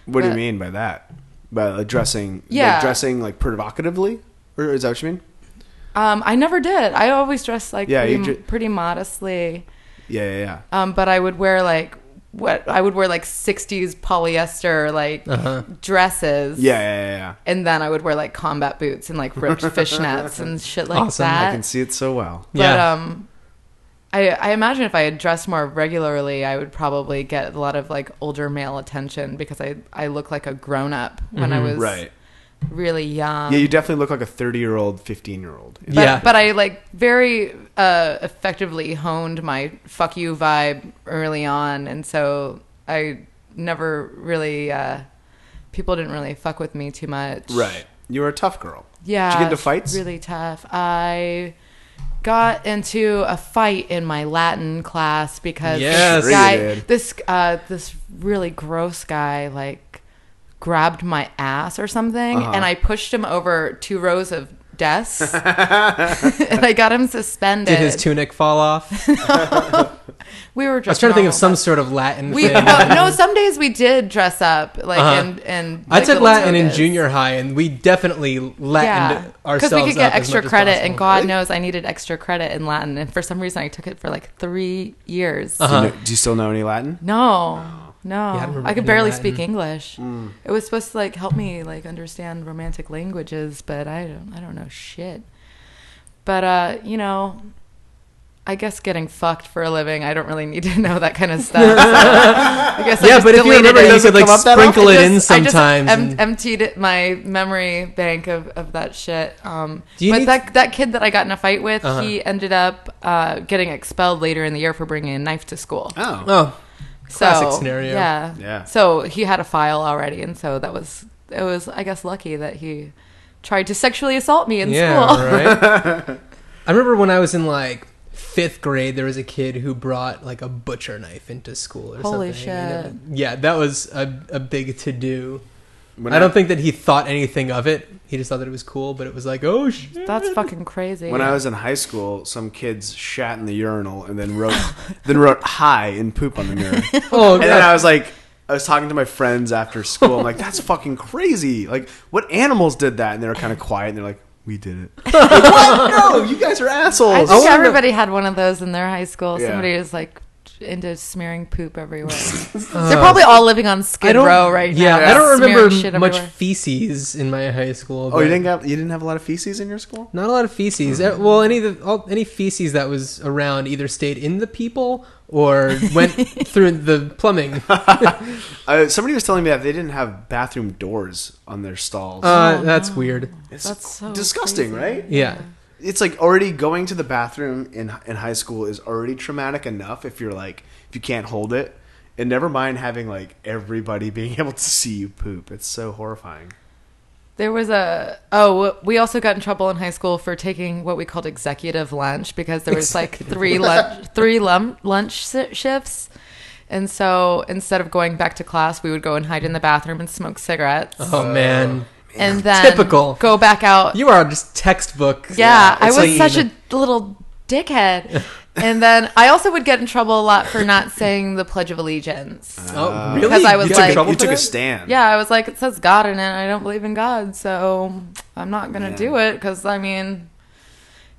[SPEAKER 1] what do you
[SPEAKER 3] but-
[SPEAKER 1] mean by that? By like, dressing,
[SPEAKER 3] Yeah.
[SPEAKER 1] like, dressing like provocatively, or is that what you mean?
[SPEAKER 3] Um, I never did. I always dressed like
[SPEAKER 1] Yeah,
[SPEAKER 3] pretty,
[SPEAKER 1] you ju-
[SPEAKER 3] pretty modestly.
[SPEAKER 1] Yeah, yeah, yeah.
[SPEAKER 3] Um, but I would wear like what I would wear like 60s polyester like
[SPEAKER 2] Uh-huh.
[SPEAKER 3] dresses.
[SPEAKER 1] Yeah, yeah, yeah, yeah.
[SPEAKER 3] And then I would wear like combat boots and like ripped fishnets and shit like
[SPEAKER 2] Awesome. I
[SPEAKER 3] that.
[SPEAKER 1] I can see it so well.
[SPEAKER 3] But
[SPEAKER 2] Yeah.
[SPEAKER 3] um I I imagine if I had dressed more regularly, I would probably get a lot of like older male attention because I I look like a grown up when
[SPEAKER 2] Mm-hmm.
[SPEAKER 3] I was
[SPEAKER 1] Right.
[SPEAKER 3] really young.
[SPEAKER 1] yeah, you definitely look like a thirty-year-old, fifteen-year-old.
[SPEAKER 3] but,
[SPEAKER 2] Yeah.
[SPEAKER 3] but I like very uh, effectively honed my fuck you vibe early on, and so I never really uh, people didn't really fuck with me too much.
[SPEAKER 1] Right. You were a tough girl.
[SPEAKER 3] Yeah.
[SPEAKER 1] Did you get into fights?
[SPEAKER 3] Really tough. I got into a fight in my Latin class because this
[SPEAKER 2] Yes.
[SPEAKER 1] Sure you
[SPEAKER 3] guy,
[SPEAKER 1] did.
[SPEAKER 3] this uh, this really gross guy, like grabbed my ass or something,
[SPEAKER 2] Uh-huh.
[SPEAKER 3] and I pushed him over two rows of desks, and I got him suspended.
[SPEAKER 2] Did his tunic fall off? I
[SPEAKER 3] we were just
[SPEAKER 2] was trying to think
[SPEAKER 3] normal.
[SPEAKER 2] of some sort of Latin
[SPEAKER 3] We
[SPEAKER 2] thing.
[SPEAKER 3] well, no. Some days we did dress up, like
[SPEAKER 2] Uh-huh.
[SPEAKER 3] and and
[SPEAKER 2] I
[SPEAKER 3] like,
[SPEAKER 2] took
[SPEAKER 3] little
[SPEAKER 2] Latin in
[SPEAKER 3] togas.
[SPEAKER 2] junior high, and we definitely Latined ourselves
[SPEAKER 3] we could get
[SPEAKER 2] up as
[SPEAKER 3] extra
[SPEAKER 2] much as
[SPEAKER 3] credit,
[SPEAKER 2] possible.
[SPEAKER 3] and God
[SPEAKER 1] Really?
[SPEAKER 3] knows I needed extra credit in Latin, and for some reason I took it for like three years.
[SPEAKER 1] Do,
[SPEAKER 2] Uh-huh.
[SPEAKER 1] you know- do you still know any Latin?
[SPEAKER 3] No, no,
[SPEAKER 2] Yeah, I remember
[SPEAKER 3] I, could
[SPEAKER 2] any
[SPEAKER 3] barely
[SPEAKER 2] Latin.
[SPEAKER 3] speak English. It was supposed to like help me like understand romantic languages, but I don't, I don't know shit. But uh, you know, I guess getting fucked for a living, I don't really need to know that kind of stuff. So, I guess I
[SPEAKER 2] yeah,
[SPEAKER 3] just
[SPEAKER 2] but if you
[SPEAKER 3] deleted
[SPEAKER 2] remember,
[SPEAKER 3] it.
[SPEAKER 2] you could like
[SPEAKER 1] come up that
[SPEAKER 2] sprinkle
[SPEAKER 3] I
[SPEAKER 2] it in
[SPEAKER 3] just- I just
[SPEAKER 2] sometimes.
[SPEAKER 3] em-
[SPEAKER 2] and-
[SPEAKER 3] emptied it- my memory bank of, of that shit. Um,
[SPEAKER 2] Do you
[SPEAKER 3] but
[SPEAKER 2] need-
[SPEAKER 3] that that kid that I got in a fight with,
[SPEAKER 2] Uh-huh.
[SPEAKER 3] he ended up uh, getting expelled later in the year for bringing a knife to school.
[SPEAKER 1] Oh.
[SPEAKER 2] oh,
[SPEAKER 3] so
[SPEAKER 2] classic scenario.
[SPEAKER 3] Yeah,
[SPEAKER 1] Yeah.
[SPEAKER 3] So he had a file already, and so that was it was I guess lucky that he tried to sexually assault me in
[SPEAKER 2] yeah,
[SPEAKER 3] school.
[SPEAKER 2] right. I remember when I was in like fifth grade, there was a kid who brought like a butcher knife into school or
[SPEAKER 3] Holy
[SPEAKER 2] something. and it- yeah, that was a, a big to do.
[SPEAKER 1] When
[SPEAKER 2] I don't think that he thought anything of it. He just thought that it was cool, but it was like, oh shit.
[SPEAKER 3] That's fucking crazy.
[SPEAKER 1] When I was in high school, some kids shat in the urinal and then wrote then wrote hi and poop on the mirror.
[SPEAKER 2] Oh,
[SPEAKER 1] And then
[SPEAKER 2] God.
[SPEAKER 1] I was like, I was talking to my friends after school. I'm like, that's fucking crazy. Like, what animals did that? And they were kind of quiet. And they're like, we did it. Like, what? No, you guys are
[SPEAKER 3] I
[SPEAKER 1] assholes.
[SPEAKER 3] think
[SPEAKER 2] wanna know-
[SPEAKER 3] everybody had one of those in their high school.
[SPEAKER 1] Yeah.
[SPEAKER 3] Somebody was like into smearing poop everywhere. They're probably all living on
[SPEAKER 2] Uh, I
[SPEAKER 3] Skid
[SPEAKER 2] don't,
[SPEAKER 3] Row right now.
[SPEAKER 2] yeah, I don't
[SPEAKER 3] smearing
[SPEAKER 2] remember
[SPEAKER 3] shit
[SPEAKER 2] much
[SPEAKER 3] everywhere.
[SPEAKER 2] feces in my high school.
[SPEAKER 1] oh, you
[SPEAKER 2] but-
[SPEAKER 1] didn't Oh. have you didn't have a lot of feces in your school?
[SPEAKER 2] Not a lot of feces. Eh, Well, any of the, all, any feces that was around either stayed in the people or went through the plumbing. Uh,
[SPEAKER 1] Uh, somebody was telling me that they didn't have bathroom doors on their stalls.
[SPEAKER 3] Oh,
[SPEAKER 2] that's weird.
[SPEAKER 1] it's
[SPEAKER 3] Uh, that's so
[SPEAKER 1] disgusting,
[SPEAKER 3] crazy.
[SPEAKER 1] right?
[SPEAKER 2] Yeah.
[SPEAKER 1] it's like already going to the bathroom in in high school is already traumatic enough if you're like if you can't hold it and never mind having like everybody being able to see you poop it's so horrifying
[SPEAKER 3] There was a oh we also got in trouble in high school for taking what we called executive lunch because there was like three lunch three lum- lunch si- shifts, and so instead of going back to class, we would go and hide in the bathroom and smoke cigarettes,
[SPEAKER 2] Oh man,
[SPEAKER 3] and then
[SPEAKER 2] Typical.
[SPEAKER 3] go back out
[SPEAKER 2] you are just textbook.
[SPEAKER 3] Yeah, I
[SPEAKER 2] It's
[SPEAKER 3] was
[SPEAKER 2] like-
[SPEAKER 3] such a little dickhead. and then I also would get in trouble a lot for not saying the Pledge of Allegiance.
[SPEAKER 1] Uh,
[SPEAKER 2] Oh, really?
[SPEAKER 3] Because I was
[SPEAKER 2] you
[SPEAKER 3] like-
[SPEAKER 2] took trouble
[SPEAKER 1] you
[SPEAKER 2] for
[SPEAKER 1] took a
[SPEAKER 2] that?
[SPEAKER 1] stand
[SPEAKER 3] Yeah, I was like, it says God in it. and I don't believe in God, so I'm not gonna
[SPEAKER 1] Yeah.
[SPEAKER 3] do it. Because I mean,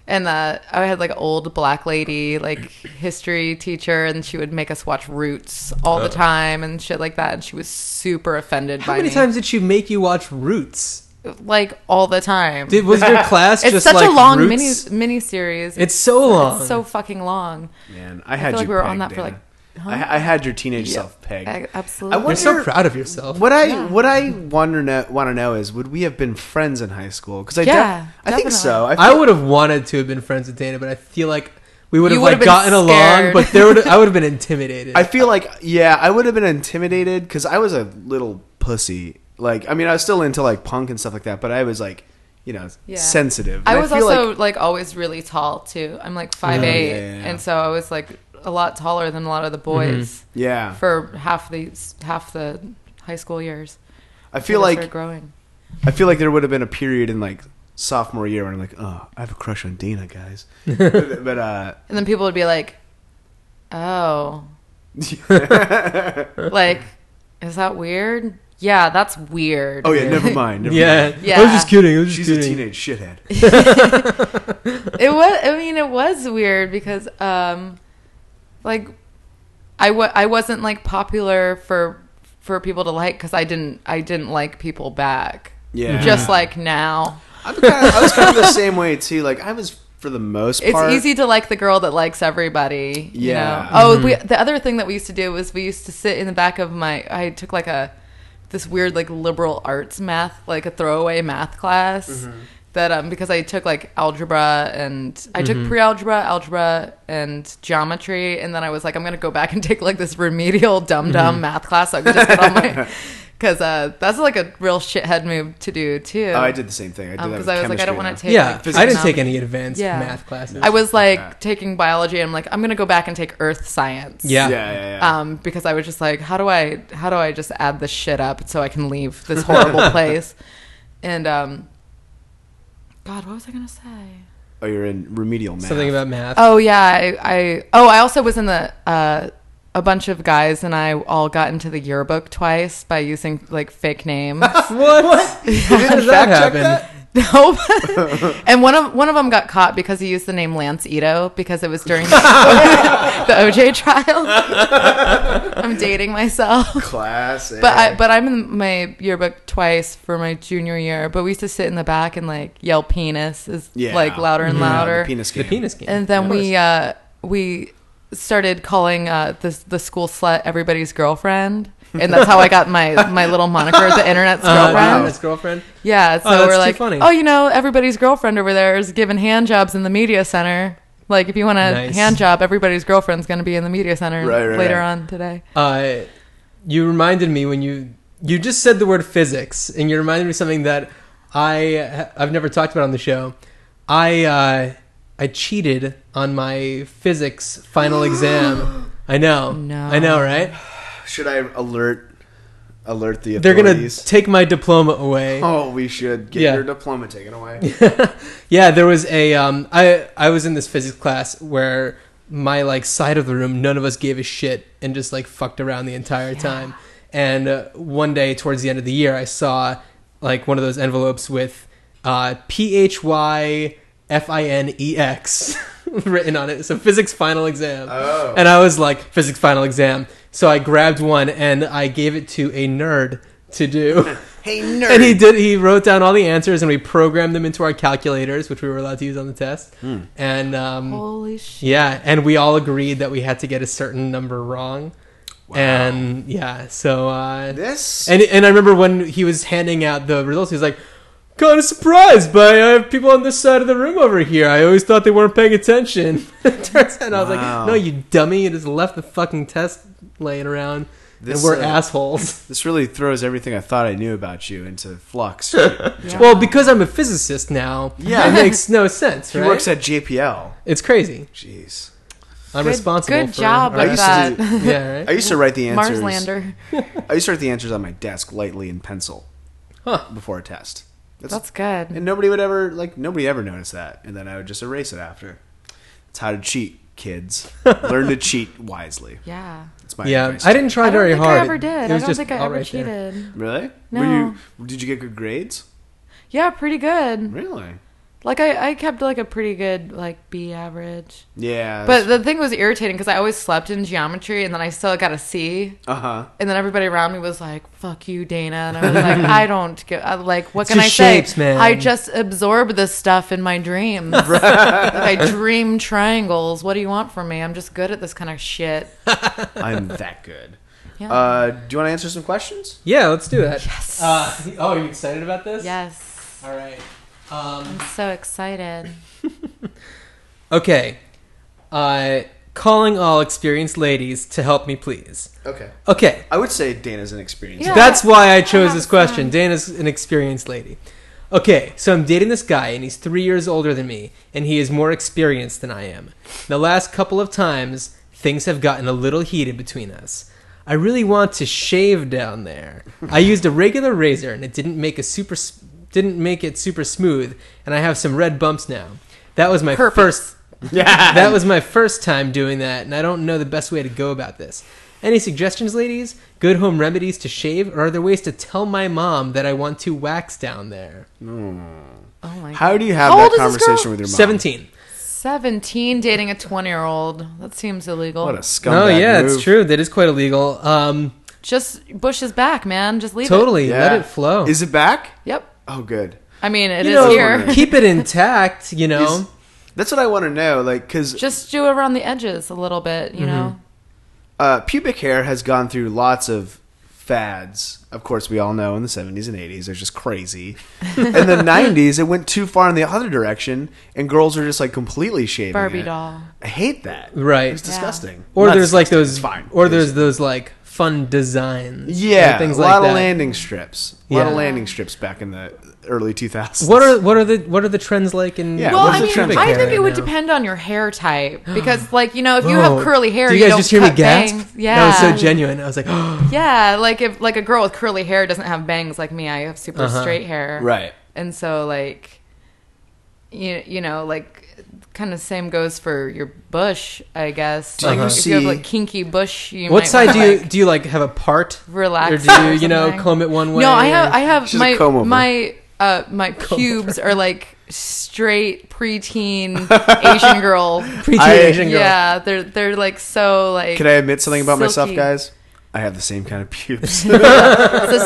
[SPEAKER 3] and uh, I had like an old black lady, like history teacher, and she would make us watch Roots all the time and shit like that. And she was super offended
[SPEAKER 2] Oh. How
[SPEAKER 3] by
[SPEAKER 2] many
[SPEAKER 3] me.
[SPEAKER 2] times did she make you watch Roots?
[SPEAKER 3] Like all the time.
[SPEAKER 2] Did was your class
[SPEAKER 3] it's
[SPEAKER 2] just
[SPEAKER 3] such
[SPEAKER 2] like
[SPEAKER 3] a long
[SPEAKER 2] Roots?
[SPEAKER 3] mini mini series.
[SPEAKER 2] It's so long.
[SPEAKER 3] It's so fucking long.
[SPEAKER 1] man i had
[SPEAKER 3] feel
[SPEAKER 1] you
[SPEAKER 3] like we were on
[SPEAKER 1] pegged,
[SPEAKER 3] that for, like,
[SPEAKER 1] Dana. I, I had your teenage
[SPEAKER 3] Yeah.
[SPEAKER 1] self pegged
[SPEAKER 3] I- absolutely.
[SPEAKER 1] I
[SPEAKER 2] You're
[SPEAKER 1] wonder
[SPEAKER 2] so proud of yourself.
[SPEAKER 1] what i what i wonder know, want to know is would we have been friends in high school because i def-
[SPEAKER 3] Yeah,
[SPEAKER 1] i think
[SPEAKER 3] definitely.
[SPEAKER 1] so i,
[SPEAKER 2] I
[SPEAKER 1] feel-
[SPEAKER 2] would have wanted to have been friends with Dana, but I feel like we would
[SPEAKER 3] You
[SPEAKER 2] have
[SPEAKER 3] would have
[SPEAKER 2] like
[SPEAKER 3] been
[SPEAKER 2] gotten along.
[SPEAKER 3] scared.
[SPEAKER 2] But there would I would have been intimidated.
[SPEAKER 1] I feel like yeah, I would have been intimidated because I was a little pussy. Like I mean, I was still into like punk and stuff like that, but I was like, you know,
[SPEAKER 3] Yeah.
[SPEAKER 1] sensitive.
[SPEAKER 3] I
[SPEAKER 1] And
[SPEAKER 3] was
[SPEAKER 1] feel
[SPEAKER 3] also
[SPEAKER 1] like, Oh,
[SPEAKER 3] like, always really tall too. I'm like five
[SPEAKER 1] Yeah, yeah, yeah. Mm-hmm.
[SPEAKER 3] and so I was like a lot taller than a lot of the boys
[SPEAKER 1] yeah.
[SPEAKER 3] for half the half the high school years.
[SPEAKER 1] I feel
[SPEAKER 3] Until I started
[SPEAKER 1] like
[SPEAKER 3] growing.
[SPEAKER 1] I feel like there would have been a period in like sophomore year, and I'm like, oh, I have a crush on Dana, guys. but but, uh,
[SPEAKER 3] And then people would be like, oh, like, is that weird? Yeah, that's weird.
[SPEAKER 1] oh yeah, never mind. Never
[SPEAKER 2] yeah.
[SPEAKER 1] mind.
[SPEAKER 2] I
[SPEAKER 3] Yeah.
[SPEAKER 2] was just kidding. I was just
[SPEAKER 1] she's a
[SPEAKER 2] kidding.
[SPEAKER 1] teenage shithead.
[SPEAKER 3] it was i mean it was weird because um like i wa- i wasn't like popular for for people to like because i didn't i didn't like people back
[SPEAKER 1] Yeah,
[SPEAKER 3] just like now
[SPEAKER 1] I'm kind of, I was kind of the same way too. Like I was for the most
[SPEAKER 3] it's
[SPEAKER 1] part.
[SPEAKER 3] easy to like the girl that likes everybody you
[SPEAKER 1] Yeah.
[SPEAKER 3] know? oh we,
[SPEAKER 2] Mm-hmm.
[SPEAKER 3] the other thing that we used to do was we used to sit in the back of my i took like a this weird like liberal arts math like a throwaway math class
[SPEAKER 1] Mm-hmm.
[SPEAKER 3] that um because i took like algebra and i
[SPEAKER 2] Mm-hmm.
[SPEAKER 3] took pre-algebra algebra and geometry and then i was like i'm gonna go back and take like this remedial dumb dumb
[SPEAKER 2] Mm-hmm.
[SPEAKER 3] math class so i could just get all my because uh that's like a real shithead move to do too
[SPEAKER 1] Oh, I did the same thing. I did that
[SPEAKER 3] because
[SPEAKER 1] with
[SPEAKER 3] I was like, I
[SPEAKER 1] chemistry,
[SPEAKER 3] don't want
[SPEAKER 1] though.
[SPEAKER 3] to take.
[SPEAKER 2] Yeah,
[SPEAKER 3] like,
[SPEAKER 2] I didn't take
[SPEAKER 3] phenomen-
[SPEAKER 2] any advanced
[SPEAKER 3] Yeah.
[SPEAKER 2] math classes.
[SPEAKER 3] I was like
[SPEAKER 1] that.
[SPEAKER 3] taking biology. And I'm like, I'm gonna go back and take earth science.
[SPEAKER 2] yeah.
[SPEAKER 1] Yeah, yeah, yeah.
[SPEAKER 3] Um, because I was just like, how do I, how do I just add this shit up so I can leave this horrible place? And um, God, what was I gonna say?
[SPEAKER 1] oh, you're in remedial math.
[SPEAKER 2] something about math.
[SPEAKER 3] Oh yeah, I, I oh I also was in the uh, a bunch of guys and I all got into the yearbook twice by using like fake names.
[SPEAKER 2] What? what? How does that happen?
[SPEAKER 3] No, and one of one of them got caught because he used the name Lance Ito because it was during the, the OJ trial. I'm dating myself,
[SPEAKER 1] class.
[SPEAKER 3] but I, but I'm in my yearbook twice for my junior year. But we used to sit in the back and like yell penis is like louder and louder.
[SPEAKER 1] Mm-hmm. penis
[SPEAKER 2] The
[SPEAKER 1] game.
[SPEAKER 2] penis game.
[SPEAKER 3] and then
[SPEAKER 2] Of
[SPEAKER 3] we uh, we started calling uh, the the school slut everybody's girlfriend, and that's how I got my my little moniker, the internet's
[SPEAKER 2] Uh,
[SPEAKER 3] girlfriend.
[SPEAKER 1] wow.
[SPEAKER 2] his girlfriend.
[SPEAKER 3] Yeah, so
[SPEAKER 2] Oh, that's
[SPEAKER 3] we're
[SPEAKER 2] too
[SPEAKER 3] like,
[SPEAKER 2] funny.
[SPEAKER 3] oh, you know, everybody's girlfriend over there is giving hand jobs in the media center. Like, if you want a
[SPEAKER 2] Nice.
[SPEAKER 3] hand job, everybody's girlfriend's going to be in the media center
[SPEAKER 1] Right, right,
[SPEAKER 3] later
[SPEAKER 1] right.
[SPEAKER 3] on today.
[SPEAKER 2] Uh, you reminded me when you you just said the word physics, and you reminded me of something that I I've never talked about on the show. I uh, I cheated on my physics final exam. I know.
[SPEAKER 3] No.
[SPEAKER 2] I know, right?
[SPEAKER 1] Should I alert alert the
[SPEAKER 2] They're gonna
[SPEAKER 1] authorities?
[SPEAKER 2] take my diploma away.
[SPEAKER 1] oh, we should get
[SPEAKER 2] Yeah.
[SPEAKER 1] your diploma taken away.
[SPEAKER 2] Yeah, there was a um I I was in this physics class where my like side of the room none of us gave a shit and just like fucked around the entire time. And uh, one day towards the end of the year I saw like one of those envelopes with uh P H Y F I N E X written on it. So physics final exam.
[SPEAKER 1] Oh.
[SPEAKER 2] And I was like physics final exam. So I grabbed one and I gave it to a nerd to do.
[SPEAKER 1] hey, nerd.
[SPEAKER 2] And he did. He wrote down all the answers, and we programmed them into our calculators, which we were allowed to use on the test.
[SPEAKER 1] Hmm.
[SPEAKER 2] And um,
[SPEAKER 3] Holy shit.
[SPEAKER 2] yeah, and we all agreed that we had to get a certain number wrong. And yeah, so uh,
[SPEAKER 1] this.
[SPEAKER 2] and and I remember when he was handing out the results, he was like, "Kind of surprised by uh, people on this side of the room over here. I always thought they weren't paying attention." It Turns out, I was
[SPEAKER 1] Wow.
[SPEAKER 2] like, "No, you dummy! You just left the fucking test laying around,
[SPEAKER 1] This,
[SPEAKER 2] and we're
[SPEAKER 1] uh,
[SPEAKER 2] assholes."
[SPEAKER 1] this really throws everything I thought I knew about you into flux. he
[SPEAKER 3] Yeah.
[SPEAKER 2] Well, because I'm a physicist now,
[SPEAKER 1] Yeah.
[SPEAKER 2] it makes no sense, right?
[SPEAKER 1] works at JPL.
[SPEAKER 2] it's crazy.
[SPEAKER 1] Jeez.
[SPEAKER 2] I'm
[SPEAKER 3] Good-
[SPEAKER 2] responsible.
[SPEAKER 3] good
[SPEAKER 2] for
[SPEAKER 3] job
[SPEAKER 1] I
[SPEAKER 3] Like
[SPEAKER 1] used
[SPEAKER 3] that.
[SPEAKER 1] to do,
[SPEAKER 2] yeah, right.
[SPEAKER 1] I used to write the answers.
[SPEAKER 3] Marslander.
[SPEAKER 1] I used to write the answers on my desk lightly in pencil
[SPEAKER 2] Huh.
[SPEAKER 1] before a test. That's,
[SPEAKER 3] That's good.
[SPEAKER 1] and nobody would ever like nobody ever noticed that, and then I would just erase it after. It's how to cheat, kids. Learn to cheat wisely.
[SPEAKER 3] Yeah.
[SPEAKER 1] It's my
[SPEAKER 2] Yeah,
[SPEAKER 1] advice.
[SPEAKER 2] I didn't
[SPEAKER 3] I
[SPEAKER 2] try
[SPEAKER 3] don't
[SPEAKER 2] very
[SPEAKER 3] think
[SPEAKER 2] hard.
[SPEAKER 3] I ever did.
[SPEAKER 2] It
[SPEAKER 3] I
[SPEAKER 2] was
[SPEAKER 3] don't
[SPEAKER 2] just
[SPEAKER 3] think I
[SPEAKER 2] all
[SPEAKER 3] ever
[SPEAKER 2] right there.
[SPEAKER 3] cheated.
[SPEAKER 1] Really?
[SPEAKER 3] No.
[SPEAKER 1] Were you, did you get good grades?
[SPEAKER 3] Yeah, pretty good.
[SPEAKER 1] Really?
[SPEAKER 3] Like, I, I kept, like, a pretty good, like, B average.
[SPEAKER 1] Yeah.
[SPEAKER 3] But the thing was irritating because I always slept in geometry and then I still got a C.
[SPEAKER 1] uh huh.
[SPEAKER 3] and then everybody around me was like, "Fuck you, Dana," and I was like, "I don't give I, like what
[SPEAKER 2] It's
[SPEAKER 3] can I
[SPEAKER 2] just shapes,
[SPEAKER 3] say?
[SPEAKER 2] man.
[SPEAKER 3] I just absorb this stuff in my dreams. like, I dream triangles. What do you want from me? I'm just good at this kind of shit."
[SPEAKER 1] I'm that good.
[SPEAKER 3] Yeah.
[SPEAKER 1] Uh, do you want to answer some questions?
[SPEAKER 2] Yeah, let's do that.
[SPEAKER 3] Yes.
[SPEAKER 2] Uh, oh, are you excited about this?
[SPEAKER 3] yes.
[SPEAKER 2] All right. Um,
[SPEAKER 3] I'm so excited.
[SPEAKER 2] okay. Uh, calling all experienced ladies to help me, please.
[SPEAKER 1] Okay.
[SPEAKER 2] Okay.
[SPEAKER 1] I would say Dana's an experience.
[SPEAKER 3] Yeah.
[SPEAKER 2] That's why I
[SPEAKER 3] I
[SPEAKER 2] chose this
[SPEAKER 3] have
[SPEAKER 2] question.
[SPEAKER 3] fun.
[SPEAKER 2] Dana's an experienced lady. Okay, so I'm dating this guy, and he's three years older than me, and he is more experienced than I am. The last couple of times, things have gotten a little heated between us. I really want to shave down there. I used a regular razor, and it didn't make a super s- didn't make it super smooth, and I have some red bumps now. That was my
[SPEAKER 3] Herpes.
[SPEAKER 2] first.
[SPEAKER 1] Yeah.
[SPEAKER 2] that was my first time doing that, and I don't know the best way to go about this. Any suggestions, ladies? Good home remedies to shave, or are there ways to tell my mom that I want to wax down there?
[SPEAKER 3] Oh my
[SPEAKER 1] How do you have
[SPEAKER 3] How
[SPEAKER 1] that
[SPEAKER 3] old is this
[SPEAKER 1] conversation
[SPEAKER 3] girl?
[SPEAKER 1] with your mom?
[SPEAKER 2] Seventeen.
[SPEAKER 3] 17 dating a 20 year old. That seems illegal.
[SPEAKER 1] What a scumbag.
[SPEAKER 2] Oh yeah,
[SPEAKER 1] move.
[SPEAKER 2] it's true. That is quite illegal. Um,
[SPEAKER 3] Just Bush is back, man. Just leave it.
[SPEAKER 2] totally.
[SPEAKER 1] Yeah.
[SPEAKER 2] Let it flow.
[SPEAKER 1] Is it back?
[SPEAKER 3] Yep.
[SPEAKER 1] Oh, good.
[SPEAKER 3] I mean, it is
[SPEAKER 2] you know,
[SPEAKER 3] here.
[SPEAKER 2] keep it intact. You know.
[SPEAKER 1] Is- that's what I want to know. Like, because
[SPEAKER 3] Just do around the edges a little bit,
[SPEAKER 2] Mm-hmm.
[SPEAKER 3] you know?
[SPEAKER 1] uh, pubic hair has gone through lots of fads. Of course, we all know in the 70s and 80s, they're just crazy. in the 90s, it went too far in the other direction, and girls are just like completely shaving.
[SPEAKER 3] Barbie
[SPEAKER 1] it.
[SPEAKER 3] doll.
[SPEAKER 1] I hate that.
[SPEAKER 2] Right.
[SPEAKER 1] It's disgusting.
[SPEAKER 2] or
[SPEAKER 1] Not
[SPEAKER 2] there's like
[SPEAKER 1] disgusting,
[SPEAKER 2] those
[SPEAKER 1] It's fine.
[SPEAKER 2] or
[SPEAKER 1] It's-
[SPEAKER 2] there's those like fun designs
[SPEAKER 1] Yeah,
[SPEAKER 2] and things
[SPEAKER 1] a
[SPEAKER 2] like
[SPEAKER 1] lot
[SPEAKER 2] that
[SPEAKER 1] of landing strips. A lot of
[SPEAKER 2] Yeah.
[SPEAKER 1] landing strips back in the early 2000s.
[SPEAKER 2] what are what are the what are the trends like in
[SPEAKER 1] Yeah,
[SPEAKER 3] Well,
[SPEAKER 1] what
[SPEAKER 3] I
[SPEAKER 1] is the
[SPEAKER 3] mean,
[SPEAKER 1] trend
[SPEAKER 3] I
[SPEAKER 1] like
[SPEAKER 3] think
[SPEAKER 2] right
[SPEAKER 3] it would
[SPEAKER 2] now?
[SPEAKER 3] depend on your hair type because, like, you know, if you
[SPEAKER 2] Whoa.
[SPEAKER 3] have curly hair,
[SPEAKER 2] Oh. do you
[SPEAKER 3] you
[SPEAKER 2] guys
[SPEAKER 3] don't
[SPEAKER 2] just hear me
[SPEAKER 3] cut
[SPEAKER 2] gasp
[SPEAKER 3] bangs. Yeah,
[SPEAKER 2] that was so genuine i was like
[SPEAKER 3] yeah, like if like a girl with curly hair doesn't have bangs like me, I have super
[SPEAKER 2] Uh-huh.
[SPEAKER 3] straight hair,
[SPEAKER 1] Right.
[SPEAKER 3] And so, like, you you know, like, kind of same goes for your bush, I guess.
[SPEAKER 1] Do
[SPEAKER 3] like,
[SPEAKER 1] you
[SPEAKER 3] if you have
[SPEAKER 1] see-
[SPEAKER 3] like kinky bush, you
[SPEAKER 2] what
[SPEAKER 3] might
[SPEAKER 2] side
[SPEAKER 3] wanna,
[SPEAKER 2] do you
[SPEAKER 3] like,
[SPEAKER 2] do you like have a part
[SPEAKER 3] relax
[SPEAKER 2] or do you
[SPEAKER 3] or
[SPEAKER 2] you know
[SPEAKER 3] something.
[SPEAKER 2] comb it one way
[SPEAKER 3] No, I have
[SPEAKER 2] or-
[SPEAKER 3] I have
[SPEAKER 1] She's a
[SPEAKER 3] my
[SPEAKER 1] comb over.
[SPEAKER 3] my uh my pubes are like straight preteen Asian girl.
[SPEAKER 2] Preteen
[SPEAKER 1] I-
[SPEAKER 2] Asian girl.
[SPEAKER 3] Yeah, they're they're like so like
[SPEAKER 1] Can I admit something about myself,
[SPEAKER 3] silky.
[SPEAKER 1] guys? I have the same kind of pubes.
[SPEAKER 3] It's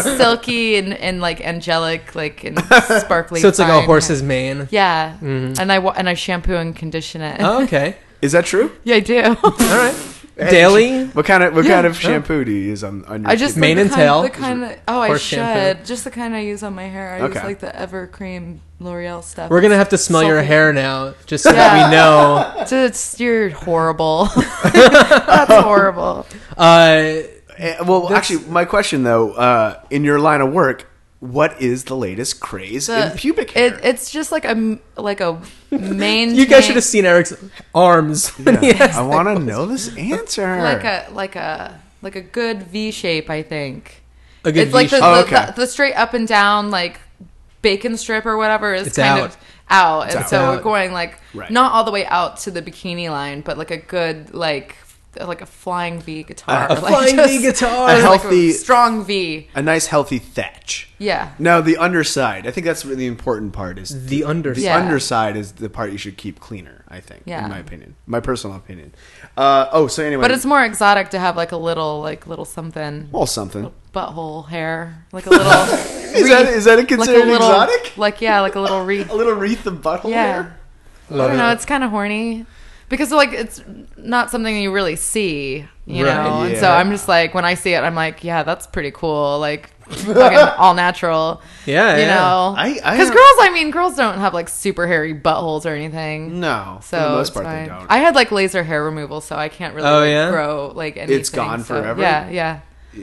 [SPEAKER 3] a silky and, and like angelic, like and sparkly.
[SPEAKER 2] so it's like a
[SPEAKER 3] fine.
[SPEAKER 2] horse's Mm-hmm. mane
[SPEAKER 3] Yeah, and I wa- and I shampoo and condition it.
[SPEAKER 2] oh, okay
[SPEAKER 1] Is that true?
[SPEAKER 3] Yeah, I do.
[SPEAKER 2] all right daily
[SPEAKER 1] What kind of what
[SPEAKER 3] Yeah.
[SPEAKER 1] kind of shampoo do you use on, on your
[SPEAKER 3] I just
[SPEAKER 1] pubic?
[SPEAKER 2] Mane
[SPEAKER 3] the
[SPEAKER 2] and
[SPEAKER 3] kind-
[SPEAKER 2] tail?
[SPEAKER 3] The kind of oh, I
[SPEAKER 2] Horse
[SPEAKER 3] should
[SPEAKER 2] shampoo.
[SPEAKER 3] just the kind I use on my hair. I use
[SPEAKER 1] Okay.
[SPEAKER 3] like the Ever Cream L'Oreal stuff.
[SPEAKER 2] we're gonna have to smell your
[SPEAKER 3] Sulfate.
[SPEAKER 2] hair now just so
[SPEAKER 3] Yeah.
[SPEAKER 2] that we know
[SPEAKER 3] It's, it's you're horrible. That's horrible.
[SPEAKER 2] uh
[SPEAKER 1] Eh, well, actually, my question though, uh, in your line of work, what is the latest craze in pubic hair?
[SPEAKER 3] It, it's just like a m- like a main.
[SPEAKER 2] you guys should have seen eric's arms when he
[SPEAKER 1] Yeah,
[SPEAKER 2] asked
[SPEAKER 1] I want to know this answer.
[SPEAKER 3] like a like a like a good V shape. I think
[SPEAKER 2] a good
[SPEAKER 3] it's like the,
[SPEAKER 2] V-shape.
[SPEAKER 3] the,
[SPEAKER 1] Oh, okay.
[SPEAKER 3] the, the straight up and down like bacon strip or whatever is
[SPEAKER 2] It's
[SPEAKER 3] kind
[SPEAKER 2] out.
[SPEAKER 3] of out, and
[SPEAKER 1] out.
[SPEAKER 3] so we're
[SPEAKER 2] Out.
[SPEAKER 3] going like
[SPEAKER 1] Right.
[SPEAKER 3] not all the way out to the bikini line, but like a good like like a flying V guitar,
[SPEAKER 1] A
[SPEAKER 3] like
[SPEAKER 2] flying V guitar.
[SPEAKER 3] like
[SPEAKER 1] A healthy-
[SPEAKER 3] strong V.
[SPEAKER 1] a nice healthy thatch.
[SPEAKER 3] Yeah,
[SPEAKER 2] Mm.
[SPEAKER 1] Now the underside. I think that's really the important part. Is
[SPEAKER 2] the underside
[SPEAKER 1] the
[SPEAKER 3] Yeah.
[SPEAKER 1] underside is the part you should keep cleaner. I think,
[SPEAKER 3] Yeah.
[SPEAKER 1] in my opinion, my personal opinion. Uh, oh, so anyway,
[SPEAKER 3] but it's more exotic to have like a little like little something
[SPEAKER 1] well something.
[SPEAKER 3] butthole hair, like a little.
[SPEAKER 1] Is that is that a considered
[SPEAKER 3] little,
[SPEAKER 1] exotic?
[SPEAKER 3] Like yeah, like a little wreath.
[SPEAKER 1] A little wreath of butthole
[SPEAKER 3] Yeah,
[SPEAKER 1] hair.
[SPEAKER 3] I don't
[SPEAKER 2] Love
[SPEAKER 3] know.
[SPEAKER 2] it.
[SPEAKER 3] It's kind of horny because like it's not something you really see, you
[SPEAKER 2] Right,
[SPEAKER 3] know. And so
[SPEAKER 1] yeah.
[SPEAKER 3] I'm just like, when I see it, I'm like, yeah, that's pretty cool. Like fucking all natural.
[SPEAKER 2] Yeah,
[SPEAKER 3] you
[SPEAKER 2] yeah.
[SPEAKER 3] know.
[SPEAKER 1] I- I
[SPEAKER 3] because
[SPEAKER 1] don't-
[SPEAKER 3] girls, I mean, girls don't have like super hairy buttholes or anything.
[SPEAKER 1] No,
[SPEAKER 3] So
[SPEAKER 1] Mm, for the most
[SPEAKER 3] it's
[SPEAKER 1] part
[SPEAKER 3] fine.
[SPEAKER 1] they don't.
[SPEAKER 3] I had like laser hair removal, so I can't really
[SPEAKER 2] Oh,
[SPEAKER 3] like,
[SPEAKER 2] yeah?
[SPEAKER 3] grow like anything.
[SPEAKER 1] gone
[SPEAKER 3] so-
[SPEAKER 1] forever?
[SPEAKER 3] Yeah, yeah.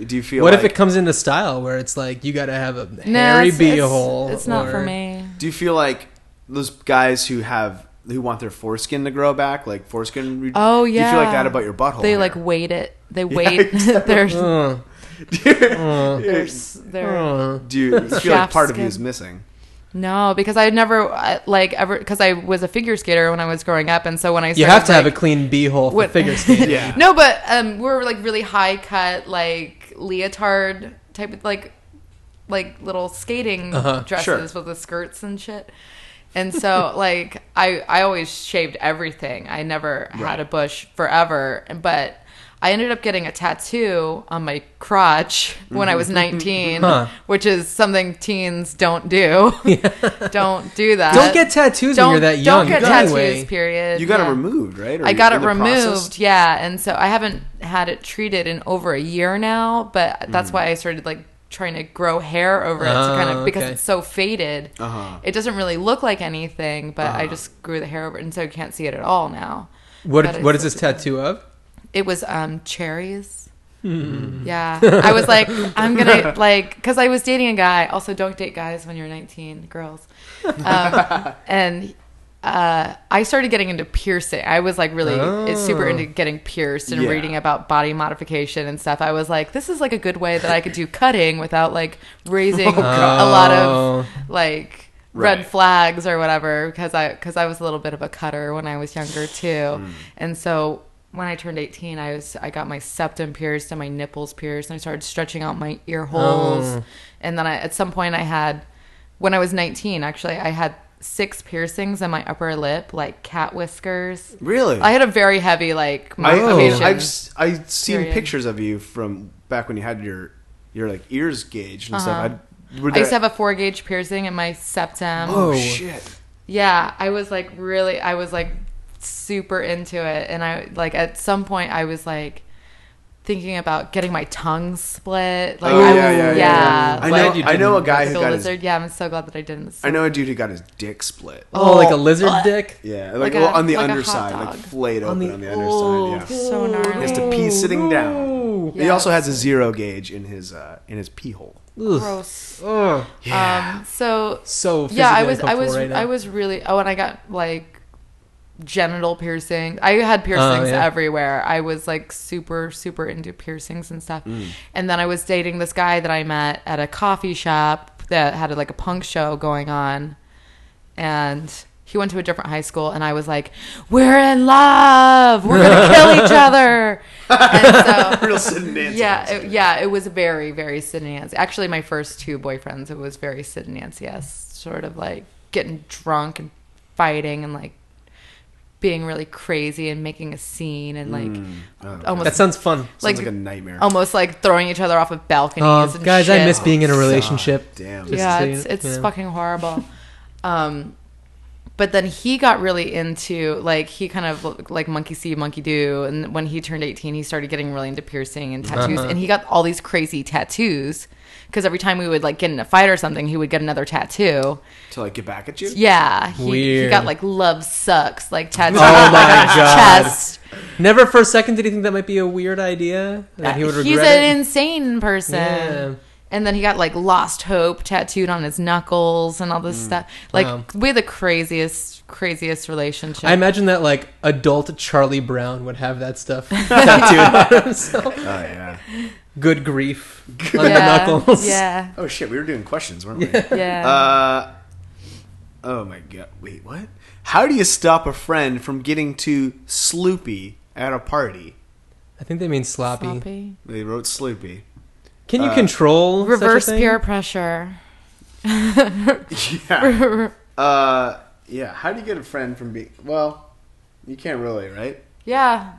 [SPEAKER 1] Do you feel
[SPEAKER 2] What if
[SPEAKER 1] like-
[SPEAKER 2] it comes into style where it's like you gotta have a
[SPEAKER 3] Nah,
[SPEAKER 2] hairy
[SPEAKER 3] it's-
[SPEAKER 2] bee
[SPEAKER 3] it's-
[SPEAKER 2] hole?
[SPEAKER 3] It's not for
[SPEAKER 2] or-
[SPEAKER 3] me.
[SPEAKER 1] Do you feel like those guys who have who want their foreskin to grow back, like foreskin? Re-
[SPEAKER 3] Oh
[SPEAKER 1] do
[SPEAKER 3] yeah.
[SPEAKER 1] you feel like that about your butthole?
[SPEAKER 3] They
[SPEAKER 1] hair?
[SPEAKER 3] like weight it. They weight their
[SPEAKER 2] Uh,
[SPEAKER 3] their their
[SPEAKER 2] uh.
[SPEAKER 1] do you, you feel like
[SPEAKER 3] Shaft
[SPEAKER 1] part of you
[SPEAKER 3] skin.
[SPEAKER 1] is missing?
[SPEAKER 3] No, because I never I- like ever because I was a figure skater when I was growing up, and so when I
[SPEAKER 2] You
[SPEAKER 3] started,
[SPEAKER 2] have to have a
[SPEAKER 3] like-
[SPEAKER 2] clean bee hole for
[SPEAKER 3] what-
[SPEAKER 2] figure skating.
[SPEAKER 1] Yeah.
[SPEAKER 3] no, but um, we were like really high cut like leotard type of like like little skating
[SPEAKER 2] Uh-huh,
[SPEAKER 3] dresses
[SPEAKER 1] sure.
[SPEAKER 3] with the skirts and shit. And so like I I always shaved everything. I never
[SPEAKER 1] Right.
[SPEAKER 3] had a bush forever, but. I ended up getting a tattoo on my crotch when I was 19,
[SPEAKER 2] Mm-hmm. Huh.
[SPEAKER 3] which is something teens don't do. don't do that.
[SPEAKER 2] Don't get tattoos when you're that young.
[SPEAKER 3] Don't get
[SPEAKER 2] anyway.
[SPEAKER 3] tattoos. Period.
[SPEAKER 1] You got
[SPEAKER 3] yeah.
[SPEAKER 1] it removed, right? Or
[SPEAKER 3] I got
[SPEAKER 1] in
[SPEAKER 3] it
[SPEAKER 1] the
[SPEAKER 3] removed.
[SPEAKER 1] process?
[SPEAKER 3] Yeah, and so I haven't had it treated in over a year now, but
[SPEAKER 1] Hmm.
[SPEAKER 3] that's why I started like trying to grow hair over it to kind
[SPEAKER 2] Oh,
[SPEAKER 3] of because
[SPEAKER 2] okay.
[SPEAKER 3] it's so faded.
[SPEAKER 1] Uh-huh.
[SPEAKER 3] It doesn't really look like anything, but
[SPEAKER 1] Uh.
[SPEAKER 3] I just grew the hair over, it, and so you can't see it at all now. But
[SPEAKER 2] What
[SPEAKER 3] I
[SPEAKER 2] What is
[SPEAKER 3] still
[SPEAKER 2] this
[SPEAKER 3] do that.
[SPEAKER 2] tattoo of?
[SPEAKER 3] It was um cherries. Yeah, I was like, I'm gonna like, because I was dating a guy. Also, don't date guys when you're 19, girls. Um, and uh, I started getting into piercing. I was like really
[SPEAKER 2] Oh.
[SPEAKER 3] super into getting pierced and
[SPEAKER 1] Yeah.
[SPEAKER 3] reading about body modification and stuff. I was like, this is like a good way that I could do cutting without like raising a lot of like
[SPEAKER 1] Right.
[SPEAKER 3] red flags or whatever because I because I was a little bit of a cutter when I was younger too,
[SPEAKER 1] Hmm.
[SPEAKER 3] and so when I turned eighteen, I was I got my septum pierced and my nipples pierced, and I started stretching out my ear holes,
[SPEAKER 1] Oh.
[SPEAKER 3] and then I, at some point I had when I was nineteen actually I had six piercings in my upper lip like cat whiskers.
[SPEAKER 1] Really?
[SPEAKER 3] I had a very heavy like
[SPEAKER 1] Hmm. I, I mean,
[SPEAKER 3] modification.
[SPEAKER 1] I've s- I've seen
[SPEAKER 3] Period.
[SPEAKER 1] pictures of you from back when you had your your like ears gauged and
[SPEAKER 3] Uh-huh.
[SPEAKER 1] stuff. I, were
[SPEAKER 3] I used to
[SPEAKER 1] there-
[SPEAKER 3] have a four gauge piercing in my septum.
[SPEAKER 1] oh
[SPEAKER 2] Whoa.
[SPEAKER 1] shit!
[SPEAKER 3] yeah i was like really i was like super into it and i like at some point i was like thinking about getting my tongue split like
[SPEAKER 1] Oh,
[SPEAKER 3] I,
[SPEAKER 1] yeah, yeah, yeah, yeah.
[SPEAKER 2] I'm
[SPEAKER 1] I
[SPEAKER 2] glad
[SPEAKER 1] know.
[SPEAKER 2] you
[SPEAKER 1] I know a
[SPEAKER 2] didn't.
[SPEAKER 1] guy who
[SPEAKER 3] like a
[SPEAKER 1] got his.
[SPEAKER 3] lizard yeah i'm so glad that i didn't
[SPEAKER 1] I know a dude who got his dick split.
[SPEAKER 2] Oh, like a lizard dick.
[SPEAKER 1] Yeah, like,
[SPEAKER 3] Like a-
[SPEAKER 1] well, on the
[SPEAKER 3] like a hot
[SPEAKER 1] underside, like
[SPEAKER 3] dog.
[SPEAKER 1] flayed
[SPEAKER 2] On
[SPEAKER 1] open
[SPEAKER 2] the-
[SPEAKER 1] on the
[SPEAKER 2] oh.
[SPEAKER 1] underside. Yeah,
[SPEAKER 3] so
[SPEAKER 1] he has
[SPEAKER 3] gnarly
[SPEAKER 1] to pee sitting down.
[SPEAKER 2] Ooh.
[SPEAKER 1] He
[SPEAKER 3] Yeah.
[SPEAKER 1] also has a zero gauge in his uh, in his pee hole.
[SPEAKER 2] Ugh.
[SPEAKER 3] gross
[SPEAKER 2] Ugh.
[SPEAKER 3] um so
[SPEAKER 2] So physically
[SPEAKER 3] yeah i was i
[SPEAKER 2] uncomfortable
[SPEAKER 3] was
[SPEAKER 2] right now.
[SPEAKER 3] i was really oh and i got like genital piercings i had piercings
[SPEAKER 2] Oh, yeah.
[SPEAKER 3] everywhere i was like super super into piercings and stuff
[SPEAKER 2] Mm.
[SPEAKER 3] and then i was dating this guy that i met at a coffee shop that had like a punk show going on and he went to a different high school and i was like we're in love we're gonna kill each other and so
[SPEAKER 1] Real Sid and Nancy.
[SPEAKER 3] yeah, it, yeah, it was very, very Sid and Nancy. Actually, my first two boyfriends, it was very Sid and Nancy esque, sort of like getting drunk and fighting and like being really crazy and making a scene and like
[SPEAKER 1] okay.
[SPEAKER 3] almost
[SPEAKER 2] that sounds fun.
[SPEAKER 1] Sounds
[SPEAKER 3] like,
[SPEAKER 1] like, a nightmare.
[SPEAKER 3] almost like throwing each other off of balconies.
[SPEAKER 2] Uh,
[SPEAKER 3] and
[SPEAKER 2] guys, I
[SPEAKER 3] shit.
[SPEAKER 2] miss being in a relationship.
[SPEAKER 1] Damn.
[SPEAKER 2] Just
[SPEAKER 3] yeah,
[SPEAKER 2] so you
[SPEAKER 3] it's
[SPEAKER 2] know,
[SPEAKER 3] it's
[SPEAKER 2] yeah.
[SPEAKER 3] fucking horrible. um, but then he got really into like he kind of like monkey see, monkey do, and when he turned eighteen, he started getting really into piercing and tattoos,
[SPEAKER 2] Uh-huh.
[SPEAKER 3] and he got all these crazy tattoos. Because every time we would like get in a fight or something, he would get another tattoo.
[SPEAKER 1] To like get back at you.
[SPEAKER 3] Yeah, he, he
[SPEAKER 2] Weird.
[SPEAKER 3] got like love sucks like tattoo
[SPEAKER 2] Oh
[SPEAKER 3] on
[SPEAKER 2] my
[SPEAKER 3] his
[SPEAKER 2] God.
[SPEAKER 3] chest.
[SPEAKER 2] Never for a second did he think that might be a weird idea. That he would
[SPEAKER 3] He's
[SPEAKER 2] regret
[SPEAKER 3] an
[SPEAKER 2] it.
[SPEAKER 3] insane person.
[SPEAKER 2] Yeah.
[SPEAKER 3] And then he got like Lost Hope tattooed on his knuckles and all this stuff. Like
[SPEAKER 2] Mm. Wow.
[SPEAKER 3] we had the craziest, craziest relationship.
[SPEAKER 2] I imagine that like adult Charlie Brown would have that stuff tattooed on himself.
[SPEAKER 1] Oh yeah.
[SPEAKER 2] Good grief on
[SPEAKER 3] yeah,
[SPEAKER 2] the knuckles.
[SPEAKER 3] Yeah,
[SPEAKER 1] Oh shit, we were doing questions, weren't we?
[SPEAKER 3] yeah.
[SPEAKER 1] Uh, oh my god. Wait, what? How do you stop a friend from getting too sloopy at a party?
[SPEAKER 2] I think they mean sloppy.
[SPEAKER 3] Sloppy.
[SPEAKER 1] They wrote sloopy.
[SPEAKER 2] Can you
[SPEAKER 1] Uh,
[SPEAKER 2] control
[SPEAKER 3] Reverse
[SPEAKER 2] such a thing?
[SPEAKER 3] peer pressure.
[SPEAKER 1] Yeah. uh, yeah. How do you get a friend from being? Well, you can't really, right?
[SPEAKER 3] yeah,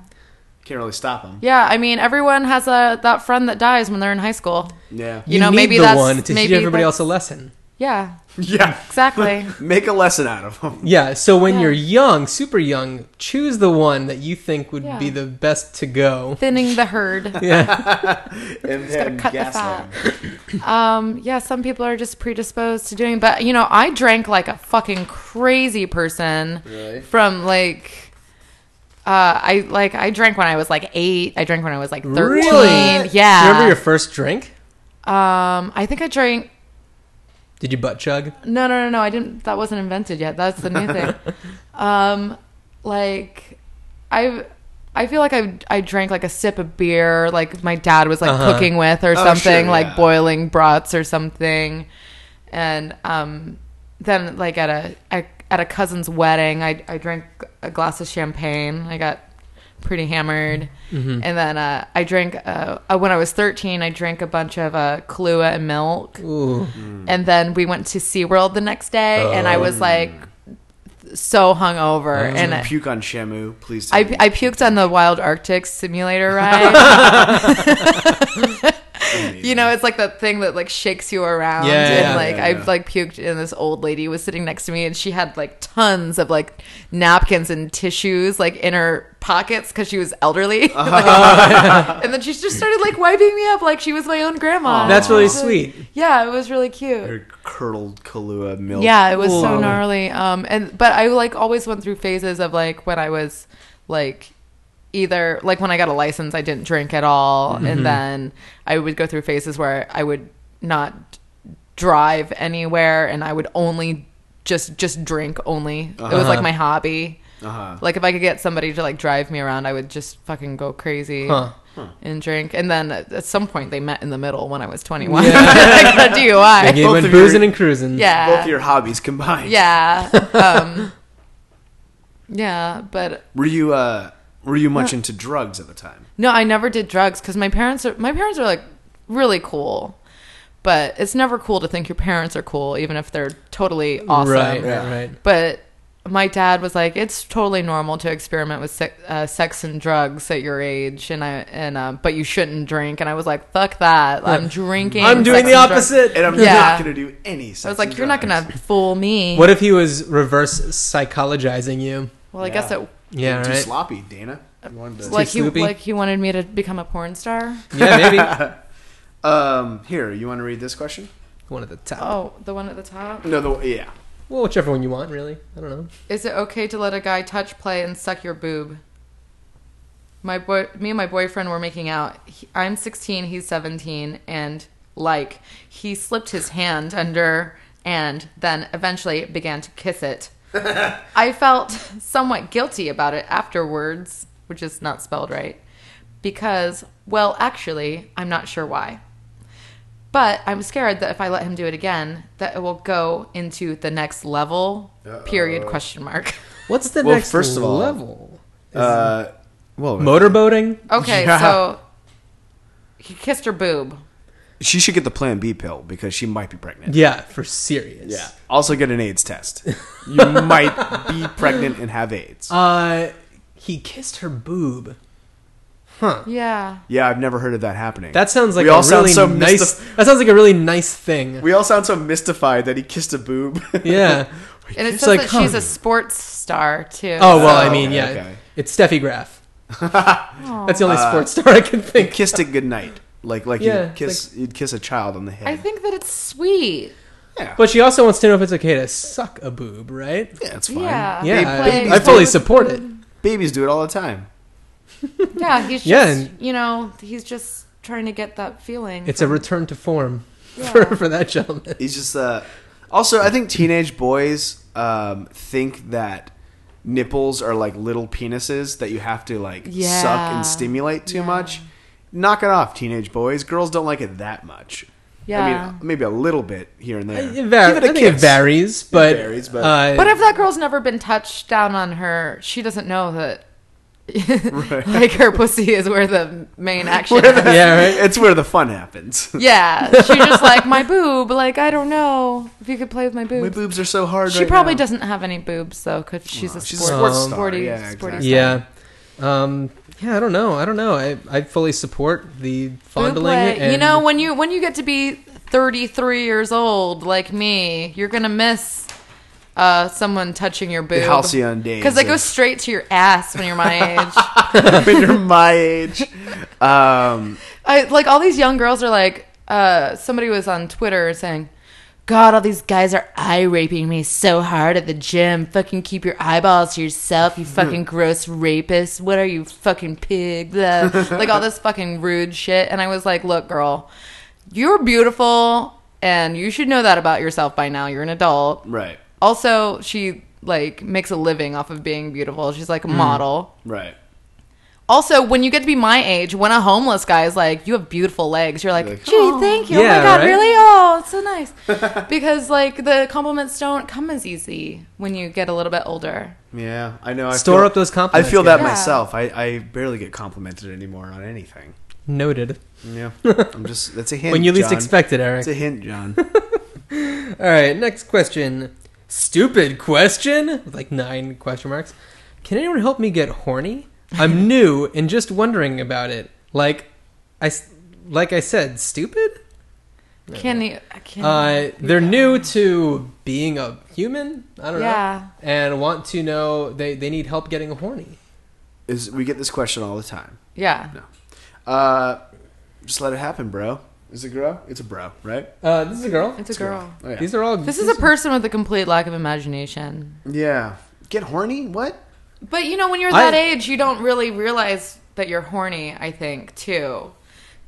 [SPEAKER 1] Can't really stop them.
[SPEAKER 3] yeah. I mean, everyone has a that friend that dies when they're in high school.
[SPEAKER 1] Yeah.
[SPEAKER 3] You know,
[SPEAKER 2] need
[SPEAKER 3] maybe
[SPEAKER 2] the
[SPEAKER 3] that's-
[SPEAKER 2] one to teach
[SPEAKER 3] maybe
[SPEAKER 2] everybody
[SPEAKER 3] that's-
[SPEAKER 2] else a lesson.
[SPEAKER 3] Yeah,
[SPEAKER 1] Yeah.
[SPEAKER 3] exactly.
[SPEAKER 1] Make a lesson out of them.
[SPEAKER 2] Yeah. So when
[SPEAKER 3] Yeah.
[SPEAKER 2] you're young, super young, choose the one that you think would
[SPEAKER 3] Yeah.
[SPEAKER 2] be the best to go.
[SPEAKER 3] Thinning the herd.
[SPEAKER 2] Yeah.
[SPEAKER 1] And
[SPEAKER 3] gotta
[SPEAKER 1] then
[SPEAKER 3] cut the
[SPEAKER 1] gaslight 'em.
[SPEAKER 3] Um, yeah, some people are just predisposed to doing, but you know, I drank like a fucking crazy person
[SPEAKER 1] Really?
[SPEAKER 3] from like, uh, I like, I drank when I was like eight. I drank when I was like 13.
[SPEAKER 2] Really?
[SPEAKER 3] Yeah.
[SPEAKER 2] Remember your first drink?
[SPEAKER 3] um, I think I drank,
[SPEAKER 2] Did you butt chug?
[SPEAKER 3] no, no, no, no. I didn't, that wasn't invented yet. That's the new thing. um, like I, I feel like I, I drank like a sip of beer. Like my dad was like
[SPEAKER 2] Uh-huh.
[SPEAKER 3] cooking with or
[SPEAKER 1] Oh, sure,
[SPEAKER 3] something like
[SPEAKER 1] yeah.
[SPEAKER 3] boiling brats or something. And, um, then like at a, at- at a cousin's wedding, I, I drank a glass of champagne. I got pretty hammered. And then, uh, I drank, uh, uh, when I was 13, I drank a bunch of, uh, Kahlua and milk.
[SPEAKER 2] Ooh.
[SPEAKER 3] And then we went to SeaWorld the next day, and I was like so hungover. and I,
[SPEAKER 1] Puke on Shamu, please. tell me.
[SPEAKER 3] I, puked on the Wild Arctic simulator ride. you know, it's like that thing that like shakes you around.
[SPEAKER 2] Yeah,
[SPEAKER 3] and
[SPEAKER 2] yeah,
[SPEAKER 3] like
[SPEAKER 1] yeah, yeah.
[SPEAKER 3] I've like puked, and this old lady was sitting next to me, and she had like tons of like napkins and tissues like in her pockets because she was elderly. Like, and then she just started like wiping me up like she was my own grandma.
[SPEAKER 2] That's really
[SPEAKER 3] It was
[SPEAKER 2] sweet.
[SPEAKER 3] Yeah, it was really cute.
[SPEAKER 1] Or curdled Kahlua
[SPEAKER 2] Oh,
[SPEAKER 1] milk.
[SPEAKER 3] Yeah, it was
[SPEAKER 2] Wow.
[SPEAKER 3] so gnarly. Um, and but I like always went through phases of like when I was like either like when I got a license, I didn't drink at all,
[SPEAKER 2] Mm-hmm.
[SPEAKER 3] and then I would go through phases where I would not drive anywhere, and I would only just just drink only. It was like my hobby.
[SPEAKER 1] Uh-huh.
[SPEAKER 3] Like if I could get somebody to like drive me around, I would just fucking go crazy
[SPEAKER 2] Huh.
[SPEAKER 3] and drink. And then at at some point, they met in the middle when I was 21.
[SPEAKER 2] Yeah.
[SPEAKER 3] I got a
[SPEAKER 2] They
[SPEAKER 3] DUI.
[SPEAKER 2] gave
[SPEAKER 1] both
[SPEAKER 2] him
[SPEAKER 1] of your-
[SPEAKER 2] boozing and cruising.
[SPEAKER 3] Yeah.
[SPEAKER 1] Both your hobbies combined.
[SPEAKER 3] Yeah. Um, yeah, but
[SPEAKER 1] Were you uh were you much into drugs at the time?
[SPEAKER 3] no, I never did drugs because my parents are my parents are like really cool, but it's never cool to think your parents are cool, even if they're totally awesome.
[SPEAKER 2] Right,
[SPEAKER 1] Yeah.
[SPEAKER 2] right, right.
[SPEAKER 3] But my dad was like, "It's totally normal to experiment with se- uh, sex and drugs at your age, and I and um, but you shouldn't drink." And I was like, "Fuck that! I'm drinking.
[SPEAKER 2] I'm doing
[SPEAKER 3] sex
[SPEAKER 2] the
[SPEAKER 3] and drugs."
[SPEAKER 2] opposite.
[SPEAKER 1] And I'm
[SPEAKER 3] Yeah.
[SPEAKER 1] not gonna do any sex
[SPEAKER 3] I was like,
[SPEAKER 1] and
[SPEAKER 3] "You're not
[SPEAKER 1] drugs.
[SPEAKER 3] gonna fool me."
[SPEAKER 2] What if he was reverse psychologizing you?
[SPEAKER 3] well, I guess
[SPEAKER 1] Yeah.
[SPEAKER 3] it
[SPEAKER 2] Yeah,
[SPEAKER 1] Too
[SPEAKER 2] right.
[SPEAKER 1] sloppy, Dana. You wanted to-
[SPEAKER 3] Uh, like he
[SPEAKER 2] Snoopy?
[SPEAKER 3] like he wanted me to become a porn star.
[SPEAKER 2] yeah, maybe
[SPEAKER 1] um here, you want to read this question?
[SPEAKER 2] one at the top.
[SPEAKER 3] Oh, the one at the top.
[SPEAKER 1] No, the yeah.
[SPEAKER 2] Well, whichever one you want, really. I don't know.
[SPEAKER 3] Is it okay to let a guy touch, play, and suck your boob? My boy, me and my boyfriend were making out. He, I'm 16, he's 17, and like he slipped his hand under and then eventually began to kiss it. I felt somewhat guilty about it afterwards, which is not spelled right, because well, actually, I'm not sure why. But I'm scared that if I let him do it again, that it will go into the next level. Period? Question mark.
[SPEAKER 2] What's the
[SPEAKER 1] Well,
[SPEAKER 2] next
[SPEAKER 1] first of all-
[SPEAKER 2] level?
[SPEAKER 1] Uh well,
[SPEAKER 2] Motorboating.
[SPEAKER 3] Okay,
[SPEAKER 1] Yeah.
[SPEAKER 3] so he kissed her boob.
[SPEAKER 1] she should get the Plan B pill because she might be pregnant.
[SPEAKER 2] Yeah, for serious.
[SPEAKER 1] Yeah. Also get an AIDS test. You might be pregnant and have AIDS.
[SPEAKER 2] Uh, he kissed her boob. Huh.
[SPEAKER 3] Yeah.
[SPEAKER 1] yeah, I've never heard of that happening.
[SPEAKER 2] That sounds like
[SPEAKER 1] We
[SPEAKER 2] a
[SPEAKER 1] all sound
[SPEAKER 2] really
[SPEAKER 1] so
[SPEAKER 2] nice.
[SPEAKER 1] mystif-
[SPEAKER 2] that sounds like a really nice thing.
[SPEAKER 1] we all sound so mystified that he kissed a boob.
[SPEAKER 2] yeah.
[SPEAKER 3] And it
[SPEAKER 2] It's
[SPEAKER 3] says
[SPEAKER 2] like,
[SPEAKER 3] that she's
[SPEAKER 2] huh.
[SPEAKER 3] a sports star too.
[SPEAKER 2] Oh well, I
[SPEAKER 1] Oh,
[SPEAKER 2] mean,
[SPEAKER 1] okay,
[SPEAKER 2] yeah.
[SPEAKER 1] okay. Uh,
[SPEAKER 2] It's Steffi Graf. That's the only sports star I can think.
[SPEAKER 1] kissed it goodnight. Like like
[SPEAKER 2] Yeah,
[SPEAKER 1] you'd kiss you'd kiss a child on the head.
[SPEAKER 3] I think that it's sweet.
[SPEAKER 1] yeah.
[SPEAKER 2] But she also wants to know if it's okay to suck a boob, right?
[SPEAKER 1] yeah, it's fine.
[SPEAKER 3] Yeah.
[SPEAKER 2] Yeah,
[SPEAKER 3] They
[SPEAKER 2] I,
[SPEAKER 3] play-
[SPEAKER 2] I fully support it.
[SPEAKER 1] Babies do it all the time.
[SPEAKER 3] Yeah, he's just
[SPEAKER 2] Yeah, and-
[SPEAKER 3] you know, he's just trying to get that feeling.
[SPEAKER 2] It's a return to form for, for that gentleman.
[SPEAKER 1] He's just uh also I think teenage boys um think that nipples are like little penises that you have to like
[SPEAKER 3] Yeah.
[SPEAKER 1] suck and stimulate too much. Knock it off, teenage boys. Girls don't like it that much. I
[SPEAKER 3] Yeah.
[SPEAKER 1] mean, maybe a little bit here and there.
[SPEAKER 2] It, var-
[SPEAKER 1] Give it a
[SPEAKER 2] I think it
[SPEAKER 1] kiss.
[SPEAKER 2] varies, but
[SPEAKER 1] varies, but-
[SPEAKER 2] uh,
[SPEAKER 3] but if that girl's never been touched down on her, she doesn't know that like her pussy is where the main action is.
[SPEAKER 2] yeah, right.
[SPEAKER 1] It's where the fun happens.
[SPEAKER 3] Yeah. She's just like, My boob, like I don't know if you could play with my boobs.
[SPEAKER 1] My boobs are so hard.
[SPEAKER 3] She
[SPEAKER 1] right
[SPEAKER 3] probably
[SPEAKER 1] now.
[SPEAKER 3] doesn't have any boobs though, because she's,
[SPEAKER 1] No,
[SPEAKER 3] a
[SPEAKER 1] she's a
[SPEAKER 3] sport,
[SPEAKER 2] sports star.
[SPEAKER 3] sporty,
[SPEAKER 1] Yeah,
[SPEAKER 3] sporty
[SPEAKER 1] exactly.
[SPEAKER 3] star.
[SPEAKER 2] Yeah. Um, yeah, I don't know. I don't know. I, I fully support the fondling.
[SPEAKER 3] Boob play.
[SPEAKER 2] And
[SPEAKER 3] you know, when you when you get to be 33 years old like me, you're gonna miss uh, someone touching your boob.
[SPEAKER 1] The halcyon days.
[SPEAKER 3] because they go
[SPEAKER 1] of-
[SPEAKER 3] straight to your ass when you're my age.
[SPEAKER 1] when you're my age. Um,
[SPEAKER 3] I like all these young girls are like. Uh, somebody was on Twitter saying, "God, all these guys are eye raping me so hard at the gym. Fucking keep your eyeballs to yourself, you fucking gross rapist. What are you, fucking pig?" Blah. like all this fucking rude shit. And I was like, "Look, girl, you're beautiful, and you should know that about yourself by now. You're an adult.
[SPEAKER 1] right,
[SPEAKER 3] Also, she like makes a living off of being beautiful. She's like a model."
[SPEAKER 1] right.
[SPEAKER 3] Also, when you get to be my age, when a homeless guy is like, "You have beautiful legs," you're like,
[SPEAKER 1] Like,
[SPEAKER 3] "Gee, thank you. oh
[SPEAKER 2] Yeah,
[SPEAKER 3] my god,
[SPEAKER 2] right?
[SPEAKER 3] really? Oh, it's so nice." because like the compliments don't come as easy when you get a little bit older.
[SPEAKER 1] Yeah, I know. I
[SPEAKER 2] Store
[SPEAKER 1] feel-
[SPEAKER 2] up those
[SPEAKER 1] I
[SPEAKER 2] compliments,
[SPEAKER 1] feel that
[SPEAKER 3] yeah.
[SPEAKER 1] myself. I, I barely get complimented anymore on anything.
[SPEAKER 2] noted.
[SPEAKER 1] Yeah, I'm just. That's a hint.
[SPEAKER 2] when you least
[SPEAKER 1] John.
[SPEAKER 2] expect it, Eric.
[SPEAKER 1] It's a hint, John.
[SPEAKER 2] All right, next question. Stupid question? With like nine question marks. Can anyone help me get horny? I'm new and just wondering about it. Like, I s- like I said, stupid.
[SPEAKER 3] Can you? Can
[SPEAKER 2] Uh, they're new to being a human. I don't
[SPEAKER 3] Yeah.
[SPEAKER 2] know, and want to know they they need help getting horny.
[SPEAKER 1] Is we get this question all the time.
[SPEAKER 3] yeah.
[SPEAKER 1] No, uh, just let it happen, bro. Is it grow? It's a bro, right?
[SPEAKER 2] Uh, this is a girl.
[SPEAKER 3] It's a girl.
[SPEAKER 1] Oh, yeah.
[SPEAKER 2] These are all.
[SPEAKER 3] This is a person with a complete lack of imagination.
[SPEAKER 1] yeah. Get horny? What?
[SPEAKER 2] Mm-hmm.
[SPEAKER 3] But you know, when you're
[SPEAKER 2] I-
[SPEAKER 3] that age, you don't really realize that you're horny. I think too,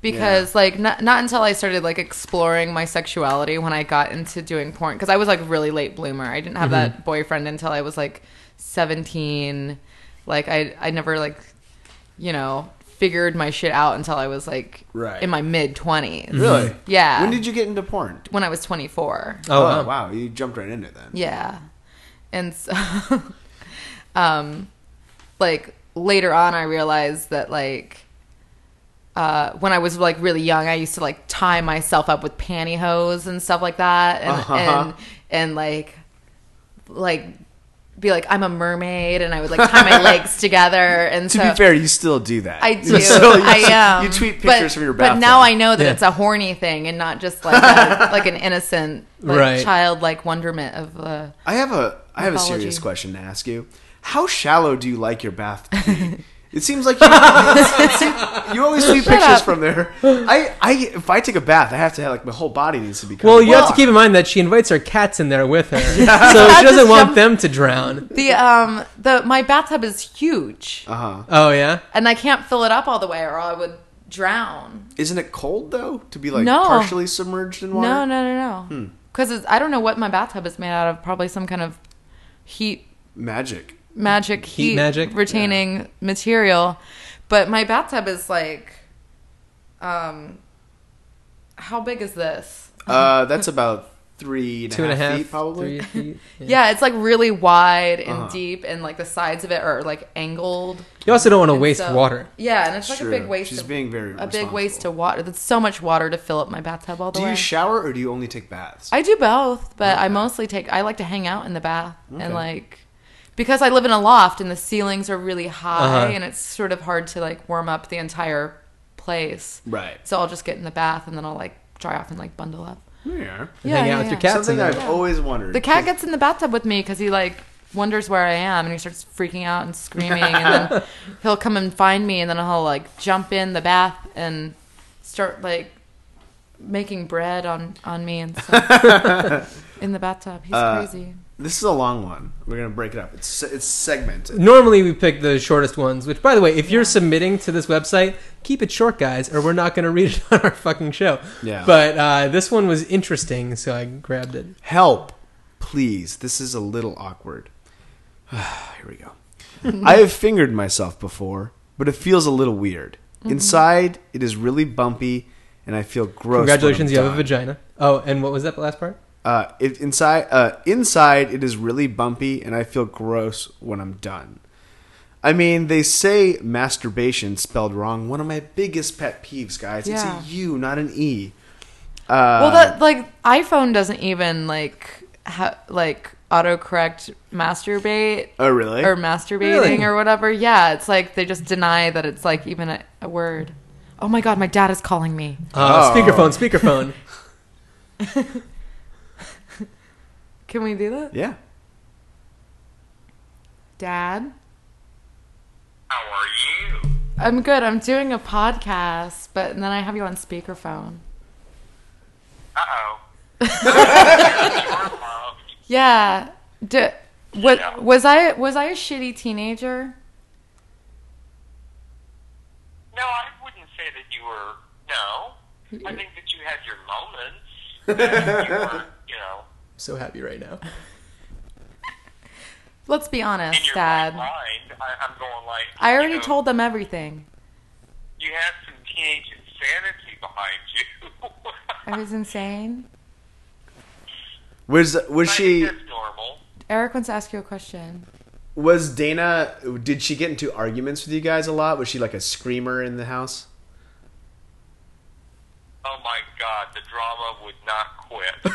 [SPEAKER 3] because like not, not until i started like exploring my sexuality when i got into doing porn because i was like really late bloomer i didn't have
[SPEAKER 1] Mm-hmm.
[SPEAKER 3] that boyfriend until i was like 17 like i i never like you know figured my shit out until i was like
[SPEAKER 1] Right.
[SPEAKER 3] in my mid 20s
[SPEAKER 1] Really?
[SPEAKER 3] yeah
[SPEAKER 1] When did you get into porn?
[SPEAKER 3] when i was 24
[SPEAKER 2] Oh, wow.
[SPEAKER 1] wow, you jumped right into it then.
[SPEAKER 3] yeah. And so um like later on I realized that like uh when I was like really young I used to like tie myself up with pantyhose and stuff like that and
[SPEAKER 1] Uh-huh.
[SPEAKER 3] and and like like be like I'm a mermaid and I would like tie my legs together and
[SPEAKER 1] To
[SPEAKER 3] so
[SPEAKER 1] be fair, you still do that.
[SPEAKER 3] I do.
[SPEAKER 1] So you-
[SPEAKER 3] I am.
[SPEAKER 1] You tweet
[SPEAKER 3] But-
[SPEAKER 1] pictures from your bathroom.
[SPEAKER 3] But now I know that
[SPEAKER 2] Yeah.
[SPEAKER 3] it's a horny thing and not just like a, like an innocent, like,
[SPEAKER 2] Right.
[SPEAKER 3] childlike wonderment of. Uh,
[SPEAKER 1] I have a I have a
[SPEAKER 3] Mythology.
[SPEAKER 1] serious question to ask you. How shallow do you like your bath to be? It seems like you, it seems- you always see pictures
[SPEAKER 3] up.
[SPEAKER 1] from there. I, I if I take a bath, I have to have like my whole body needs to be.
[SPEAKER 2] Well,
[SPEAKER 1] covered.
[SPEAKER 2] you have to keep in mind that she invites her cats in there with her, so
[SPEAKER 3] Cats
[SPEAKER 2] she doesn't
[SPEAKER 3] just
[SPEAKER 2] want
[SPEAKER 3] jump-
[SPEAKER 2] them to drown.
[SPEAKER 3] the um the my bathtub is huge
[SPEAKER 1] Uh-huh.
[SPEAKER 2] Oh yeah,
[SPEAKER 3] and I can't fill it up all the way or I would drown.
[SPEAKER 1] Isn't it cold though to be like
[SPEAKER 3] No.
[SPEAKER 1] partially submerged in water?
[SPEAKER 3] No, no, no, no. Because I don't know what my bathtub is made out of. Probably some kind of heat
[SPEAKER 1] Magic.
[SPEAKER 3] magic
[SPEAKER 2] Heat
[SPEAKER 3] heat,
[SPEAKER 2] magic?
[SPEAKER 3] retaining material but my bathtub is like um how big is this
[SPEAKER 1] Uh, that's about three
[SPEAKER 2] two and a half,
[SPEAKER 1] feet probably.
[SPEAKER 2] three feet. Yeah.
[SPEAKER 3] yeah, it's like really wide and
[SPEAKER 1] Uh-huh.
[SPEAKER 3] deep and like the sides of it are like angled
[SPEAKER 2] You also don't want to
[SPEAKER 3] and
[SPEAKER 2] waste
[SPEAKER 1] uh,
[SPEAKER 3] so-
[SPEAKER 2] water.
[SPEAKER 3] yeah and it's like
[SPEAKER 1] True.
[SPEAKER 3] a big waste
[SPEAKER 1] She's
[SPEAKER 3] of,
[SPEAKER 1] being very
[SPEAKER 3] a big waste
[SPEAKER 1] responsible.
[SPEAKER 3] of water that's so much water to fill up my bathtub all the
[SPEAKER 1] Do
[SPEAKER 3] way
[SPEAKER 1] you shower or do you only take baths?
[SPEAKER 3] I do both, but I
[SPEAKER 1] Okay.
[SPEAKER 3] mostly take. I like to hang out in the bath
[SPEAKER 1] Okay.
[SPEAKER 3] and like because I live in a loft and the ceilings are really high
[SPEAKER 2] Uh-huh.
[SPEAKER 3] and it's sort of hard to like warm up the entire place.
[SPEAKER 1] right.
[SPEAKER 3] So I'll just get in the bath and then I'll like dry off and like bundle up.
[SPEAKER 1] There you are.
[SPEAKER 2] And hang out with your cat. Cats in
[SPEAKER 1] Something
[SPEAKER 2] there.
[SPEAKER 1] I've always wondered.
[SPEAKER 3] The cat gets in the bathtub with me because he like wonders where I am and he starts freaking out and screaming and then he'll come and find me and then he'll like jump in the bath and start like making bread on on me and stuff in the bathtub. He's
[SPEAKER 1] Uh,
[SPEAKER 3] crazy.
[SPEAKER 1] This is a long one. We're gonna break it up. It's it's segmented.
[SPEAKER 2] Normally we pick the shortest ones, which by the way, if you're submitting to this website, keep it short, guys, or we're not going to read it on our fucking show.
[SPEAKER 1] Yeah.
[SPEAKER 2] But uh, this one was interesting, so I grabbed it.
[SPEAKER 1] Help, please. This is a little awkward. Here we go. I have fingered myself before, but it feels a little weird.
[SPEAKER 3] Mm-hmm.
[SPEAKER 1] Inside, it is really bumpy, and I feel gross. when I'm
[SPEAKER 2] Congratulations, you have a
[SPEAKER 1] done.
[SPEAKER 2] vagina. Oh, and what was that last part?
[SPEAKER 1] Uh, it, inside, uh, inside, it is really bumpy, and I feel gross when I'm done. I mean, they say masturbation spelled wrong. One of my biggest pet peeves, guys.
[SPEAKER 3] Yeah.
[SPEAKER 1] It's a U, not an E. Uh,
[SPEAKER 3] well, that like iPhone doesn't even like ha- like autocorrect masturbate
[SPEAKER 1] oh, really?
[SPEAKER 3] or masturbating
[SPEAKER 2] Really?
[SPEAKER 3] or whatever. Yeah, it's like they just deny that it's like even a, a word. Oh my god, my dad is calling me.
[SPEAKER 2] Uh,
[SPEAKER 1] Oh.
[SPEAKER 2] Speakerphone, speakerphone.
[SPEAKER 3] Can we do that?
[SPEAKER 1] yeah.
[SPEAKER 3] Dad?
[SPEAKER 4] How are you?
[SPEAKER 3] I'm good. I'm doing a podcast, but and then I have you on speakerphone.
[SPEAKER 4] Uh oh. Hello.
[SPEAKER 3] Yeah. D- what
[SPEAKER 4] Yeah.
[SPEAKER 3] was I was I a shitty teenager?
[SPEAKER 4] No, I wouldn't say that you were. No, I think that you had your moments. You were, you know,
[SPEAKER 2] so happy right now.
[SPEAKER 3] Let's be honest,
[SPEAKER 4] in your right
[SPEAKER 3] Dad.
[SPEAKER 4] mind. I, I'm going like.
[SPEAKER 3] I already
[SPEAKER 4] you know,
[SPEAKER 3] told them everything.
[SPEAKER 4] You had some teenage insanity behind you.
[SPEAKER 3] I was insane.
[SPEAKER 1] Was was
[SPEAKER 4] I
[SPEAKER 1] she
[SPEAKER 4] think That's normal.
[SPEAKER 3] Eric wants to ask you a question.
[SPEAKER 1] was Dana? Did she get into arguments with you guys a lot? Was she like a screamer in the house?
[SPEAKER 4] Oh my God, the drama would not quit.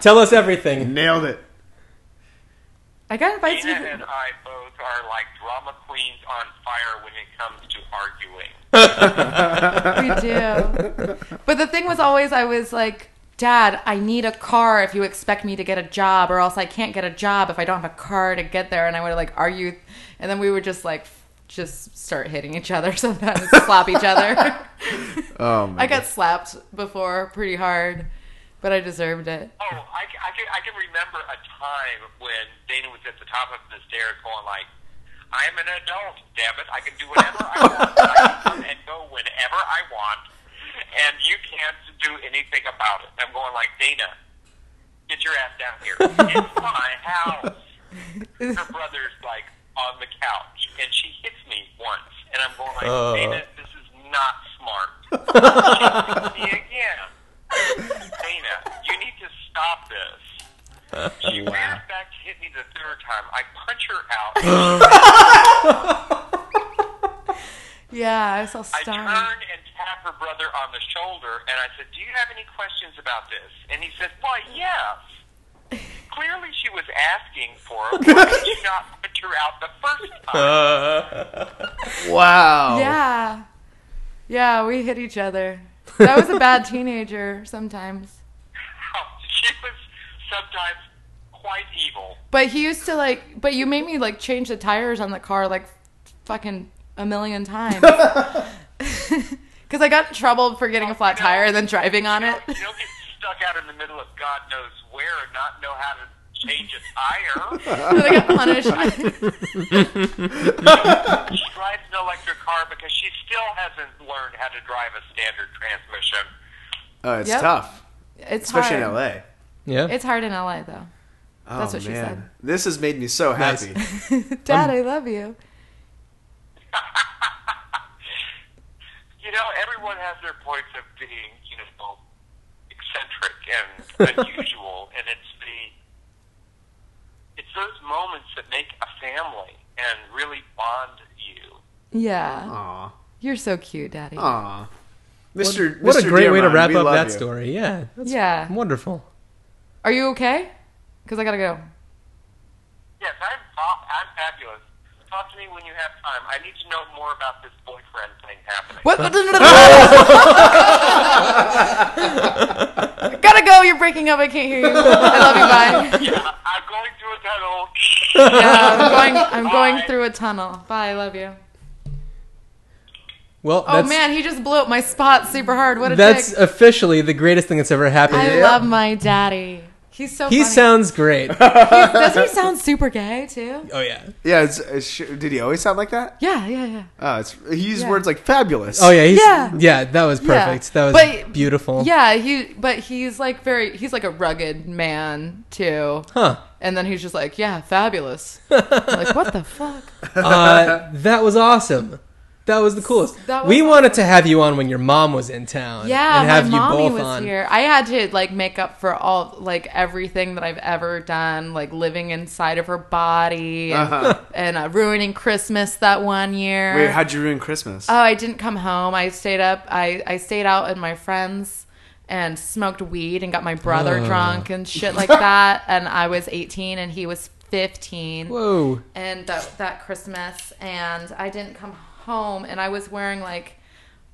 [SPEAKER 2] Tell us everything.
[SPEAKER 1] Nailed it.
[SPEAKER 3] I got invited
[SPEAKER 4] Dana
[SPEAKER 3] to
[SPEAKER 4] and I both are like drama queens on fire when it
[SPEAKER 3] We
[SPEAKER 4] comes to arguing.
[SPEAKER 3] do. But the thing was always, I was like, Dad, I need a car if you expect me to get a job, or else I can't get a job if I don't have a car to get there. And I would like argue, and then we would just like f- just start hitting each other sometimes, slap each other.
[SPEAKER 1] Oh my!
[SPEAKER 3] I got slapped before pretty hard, but I deserved it.
[SPEAKER 4] Oh, I, c- I can, I can remember a time when Dana was at the top of the stairs going like, I'm an adult, damn it. I can do whatever I want. I can come and go whenever I want, and you can't do anything about it. I'm going like, Dana, get your ass down here. It's my house. Her brother's like on the couch, and she hits me once, and I'm going like, Dana, this is not smart. She hits me again. Dana, you need to stop this. She ran back to hit me the third time. I punch her out.
[SPEAKER 3] Yeah, I saw
[SPEAKER 4] I
[SPEAKER 3] Star.
[SPEAKER 4] turn and tap her brother on the shoulder, and I said, "Do you have any questions about this?" And he says, "Why, yes." Clearly, she was asking for it. Why did you not punch her out the first time?
[SPEAKER 1] Wow.
[SPEAKER 3] Yeah. Yeah, we hit each other. That was a bad teenager sometimes.
[SPEAKER 4] she was sometimes quite evil.
[SPEAKER 3] But he used to like, but you made me like change the tires on the car like fucking a million times. Because I got in trouble for getting a flat tire and then driving on it.
[SPEAKER 4] You don't get stuck out in the middle of God knows where and not know how to change a tire.
[SPEAKER 3] And I got punished.
[SPEAKER 4] she drives an electric car because she still hasn't learned how to drive a standard transmission.
[SPEAKER 1] Oh, it's
[SPEAKER 3] Yep.
[SPEAKER 1] tough,
[SPEAKER 3] It's
[SPEAKER 1] especially
[SPEAKER 3] hard.
[SPEAKER 1] in LA.
[SPEAKER 2] Yeah.
[SPEAKER 3] It's hard in LA though. That's what she said.
[SPEAKER 1] This has made me so
[SPEAKER 2] Nice.
[SPEAKER 1] happy.
[SPEAKER 3] Dad, I love you.
[SPEAKER 4] You know, everyone has their points of being, you know, eccentric and unusual, and it's the it's those moments that make a family and really bond you.
[SPEAKER 3] Yeah,
[SPEAKER 1] Aw,
[SPEAKER 3] you're so cute, Daddy.
[SPEAKER 1] aw. Mr.
[SPEAKER 2] What a
[SPEAKER 1] Mr.
[SPEAKER 2] great way to
[SPEAKER 1] Dearmond,
[SPEAKER 2] wrap
[SPEAKER 1] we
[SPEAKER 2] up
[SPEAKER 1] love
[SPEAKER 2] that
[SPEAKER 1] you.
[SPEAKER 2] story. Yeah. That's
[SPEAKER 3] Yeah. Oh,
[SPEAKER 2] wonderful.
[SPEAKER 3] Are you okay? Because I gotta go.
[SPEAKER 4] Yes, I'm fa- I'm fabulous. Talk to me when you have time. I need to know more about this boyfriend thing happening.
[SPEAKER 3] What? gotta go. You're breaking up. I can't hear you. I love you. Bye.
[SPEAKER 4] Yeah, I'm going through a tunnel.
[SPEAKER 3] Yeah, I'm going. I'm going
[SPEAKER 4] Bye.
[SPEAKER 3] through a tunnel. Bye. I love you.
[SPEAKER 2] Well,
[SPEAKER 3] Oh
[SPEAKER 2] that's,
[SPEAKER 3] man, he just blew up my spot super hard. What a
[SPEAKER 2] that's
[SPEAKER 3] dick.
[SPEAKER 2] officially the greatest thing that's ever happened.
[SPEAKER 3] I love my daddy. He's so.
[SPEAKER 2] he
[SPEAKER 3] funny.
[SPEAKER 2] sounds great.
[SPEAKER 3] Doesn't he sound super gay too?
[SPEAKER 2] oh yeah.
[SPEAKER 1] Yeah, it's, it's, sh- did he always sound like that?
[SPEAKER 3] Yeah, yeah, yeah.
[SPEAKER 1] Oh, it's, he used
[SPEAKER 3] Yeah.
[SPEAKER 1] words like fabulous.
[SPEAKER 2] Oh yeah. He's,
[SPEAKER 3] Yeah.
[SPEAKER 2] yeah. That was
[SPEAKER 3] Yeah.
[SPEAKER 2] perfect. That was
[SPEAKER 3] But-
[SPEAKER 2] beautiful.
[SPEAKER 3] Yeah, he. But he's like very. He's like a rugged man too.
[SPEAKER 2] Huh.
[SPEAKER 3] And then he's just like, yeah, fabulous. I'm like what the fuck?
[SPEAKER 2] Uh, that was awesome. That was the coolest.
[SPEAKER 3] That was
[SPEAKER 2] we wanted to have you on when your mom was in town.
[SPEAKER 3] Yeah,
[SPEAKER 2] and have
[SPEAKER 3] my
[SPEAKER 2] you
[SPEAKER 3] mommy
[SPEAKER 2] both
[SPEAKER 3] was
[SPEAKER 2] on.
[SPEAKER 3] here. I had to like make up for all like everything that I've ever done, like living inside of her body and,
[SPEAKER 2] Uh-huh.
[SPEAKER 3] and uh, ruining Christmas that one year.
[SPEAKER 1] Wait, how'd you ruin Christmas?
[SPEAKER 3] Oh, I didn't come home. I stayed up. I, I stayed out at my friends and smoked weed and got my brother
[SPEAKER 2] Uh.
[SPEAKER 3] drunk and shit like that. And I was 18 and he was 15.
[SPEAKER 2] Whoa.
[SPEAKER 3] And that, that Christmas. And I didn't come home. And I was wearing like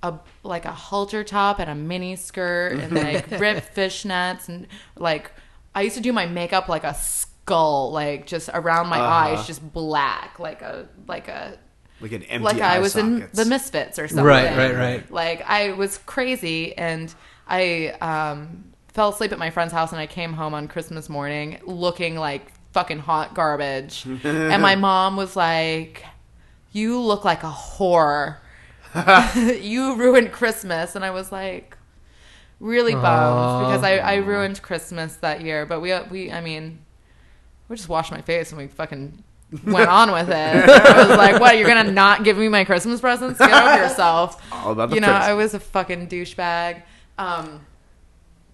[SPEAKER 3] a like a halter top and a mini skirt and like ripped fishnets and like I used to do my makeup like a skull, like just around my eyes, just black, like a like a
[SPEAKER 1] like an empty
[SPEAKER 3] like
[SPEAKER 1] eye
[SPEAKER 3] I was in
[SPEAKER 1] sockets.
[SPEAKER 3] the Misfits or something.
[SPEAKER 2] Right, right, right.
[SPEAKER 3] Like I was crazy and I um, fell asleep at my friend's house and I came home on Christmas morning looking like fucking hot garbage. and my mom was like, "You look like a whore. you ruined Christmas." And I was like, really bummed because I, I ruined Christmas that year. But we we I mean, we just washed my face and we fucking went on with it. I was like, "What? You're gonna not give me my Christmas presents? Get over yourself."
[SPEAKER 1] All about the
[SPEAKER 3] you know,
[SPEAKER 1] presents.
[SPEAKER 3] I was a fucking douchebag. Um,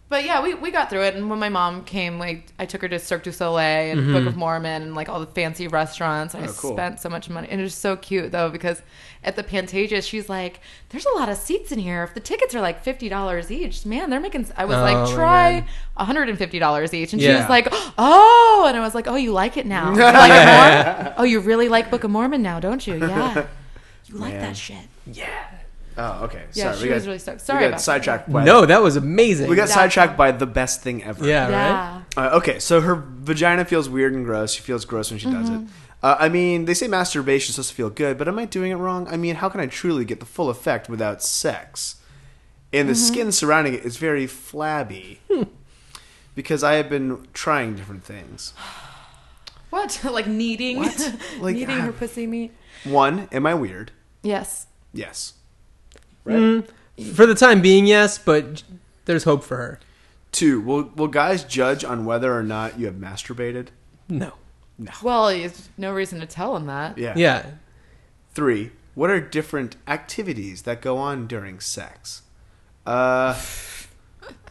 [SPEAKER 3] but yeah, we, we got through it. And when my mom came, like I took her to Cirque du Soleil and Book of Mormon and like all the fancy restaurants. And I
[SPEAKER 1] Mm-hmm. Oh, cool.
[SPEAKER 3] spent so much money. And it was so cute though because at the Pantages, she's like, "There's a lot of seats in here. If the tickets are like fifty dollars each, man, they're making." s-" I was
[SPEAKER 2] Oh, my
[SPEAKER 3] like, "Try
[SPEAKER 2] God.
[SPEAKER 3] hundred and fifty dollars each," and she
[SPEAKER 2] Yeah.
[SPEAKER 3] was like, "Oh," and I was like, "Oh, you like it now? You like it more? Oh, you really like Book of Mormon now, don't you? Yeah, you like
[SPEAKER 1] Man.
[SPEAKER 3] that shit."
[SPEAKER 1] Oh, okay.
[SPEAKER 3] Yeah,
[SPEAKER 1] Sorry,
[SPEAKER 3] she
[SPEAKER 1] we got,
[SPEAKER 3] was really stoked. Sorry
[SPEAKER 1] we
[SPEAKER 3] about
[SPEAKER 1] got
[SPEAKER 3] that.
[SPEAKER 1] sidetracked. By,
[SPEAKER 2] No, that was amazing.
[SPEAKER 1] we got
[SPEAKER 3] Yeah.
[SPEAKER 1] sidetracked by the best thing ever.
[SPEAKER 2] yeah, right.
[SPEAKER 3] Yeah.
[SPEAKER 1] Uh, okay, so her vagina feels weird and gross. She feels gross when she does it. Uh, I mean, they say masturbation is supposed to feel good, but am I doing it wrong? I mean, how can I truly get the full effect without sex? And the skin surrounding it is very flabby. because I have been trying different things.
[SPEAKER 3] What? like kneading?
[SPEAKER 1] What? Like,
[SPEAKER 2] uh,
[SPEAKER 3] kneading
[SPEAKER 1] ah.
[SPEAKER 3] her pussy meat?
[SPEAKER 1] One, am I weird?
[SPEAKER 3] Yes.
[SPEAKER 1] Yes. Right.
[SPEAKER 2] For the time being, yes, but there's hope for her.
[SPEAKER 1] Two, will will guys judge on whether or not you have masturbated?
[SPEAKER 2] No.
[SPEAKER 3] Well, there's no reason to tell him that.
[SPEAKER 1] Yeah.
[SPEAKER 2] Yeah.
[SPEAKER 1] Three, what are different activities that go on during sex? Uh,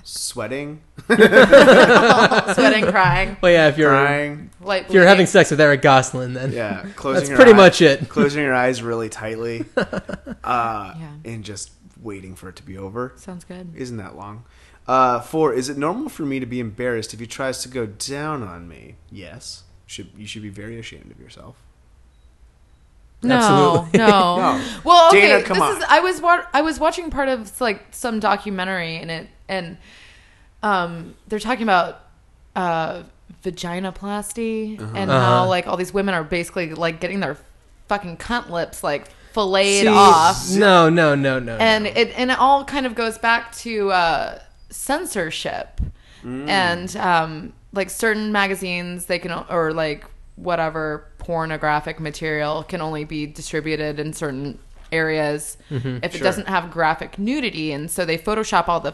[SPEAKER 1] sweating,
[SPEAKER 3] Sweating, crying,
[SPEAKER 2] Well, yeah, if you're
[SPEAKER 1] crying.
[SPEAKER 3] light
[SPEAKER 2] if you're having
[SPEAKER 3] bleeding.
[SPEAKER 2] sex with Eric Goslin, then
[SPEAKER 1] Yeah, closing.
[SPEAKER 2] that's
[SPEAKER 1] your
[SPEAKER 2] pretty
[SPEAKER 1] eye-
[SPEAKER 2] much it.
[SPEAKER 1] Closing your eyes really tightly, uh,
[SPEAKER 3] Yeah.
[SPEAKER 1] and just waiting for it to be over.
[SPEAKER 3] Sounds good.
[SPEAKER 1] Isn't that long? Uh, four. Is it normal for me to be embarrassed if he tries to go down on me? Yes. Should you should be very ashamed of yourself.
[SPEAKER 3] No,
[SPEAKER 2] Absolutely.
[SPEAKER 3] no.
[SPEAKER 1] No.
[SPEAKER 3] Well, okay.
[SPEAKER 1] Dana, come
[SPEAKER 3] this
[SPEAKER 1] on.
[SPEAKER 3] is. I was wa- I was watching part of like some documentary and it and um they're talking about uh vaginoplasty and how
[SPEAKER 2] Uh-huh.
[SPEAKER 3] like all these women are basically like getting their fucking cunt lips like filleted
[SPEAKER 2] See,
[SPEAKER 3] off.
[SPEAKER 2] No, no, no, no.
[SPEAKER 3] and
[SPEAKER 2] no.
[SPEAKER 3] it and it all kind of goes back to uh, censorship
[SPEAKER 2] Mm.
[SPEAKER 3] and um, like certain magazines they can or like whatever pornographic material can only be distributed in certain areas
[SPEAKER 2] Mm-hmm.
[SPEAKER 3] if it
[SPEAKER 1] Sure.
[SPEAKER 3] doesn't have graphic nudity and so they photoshop all the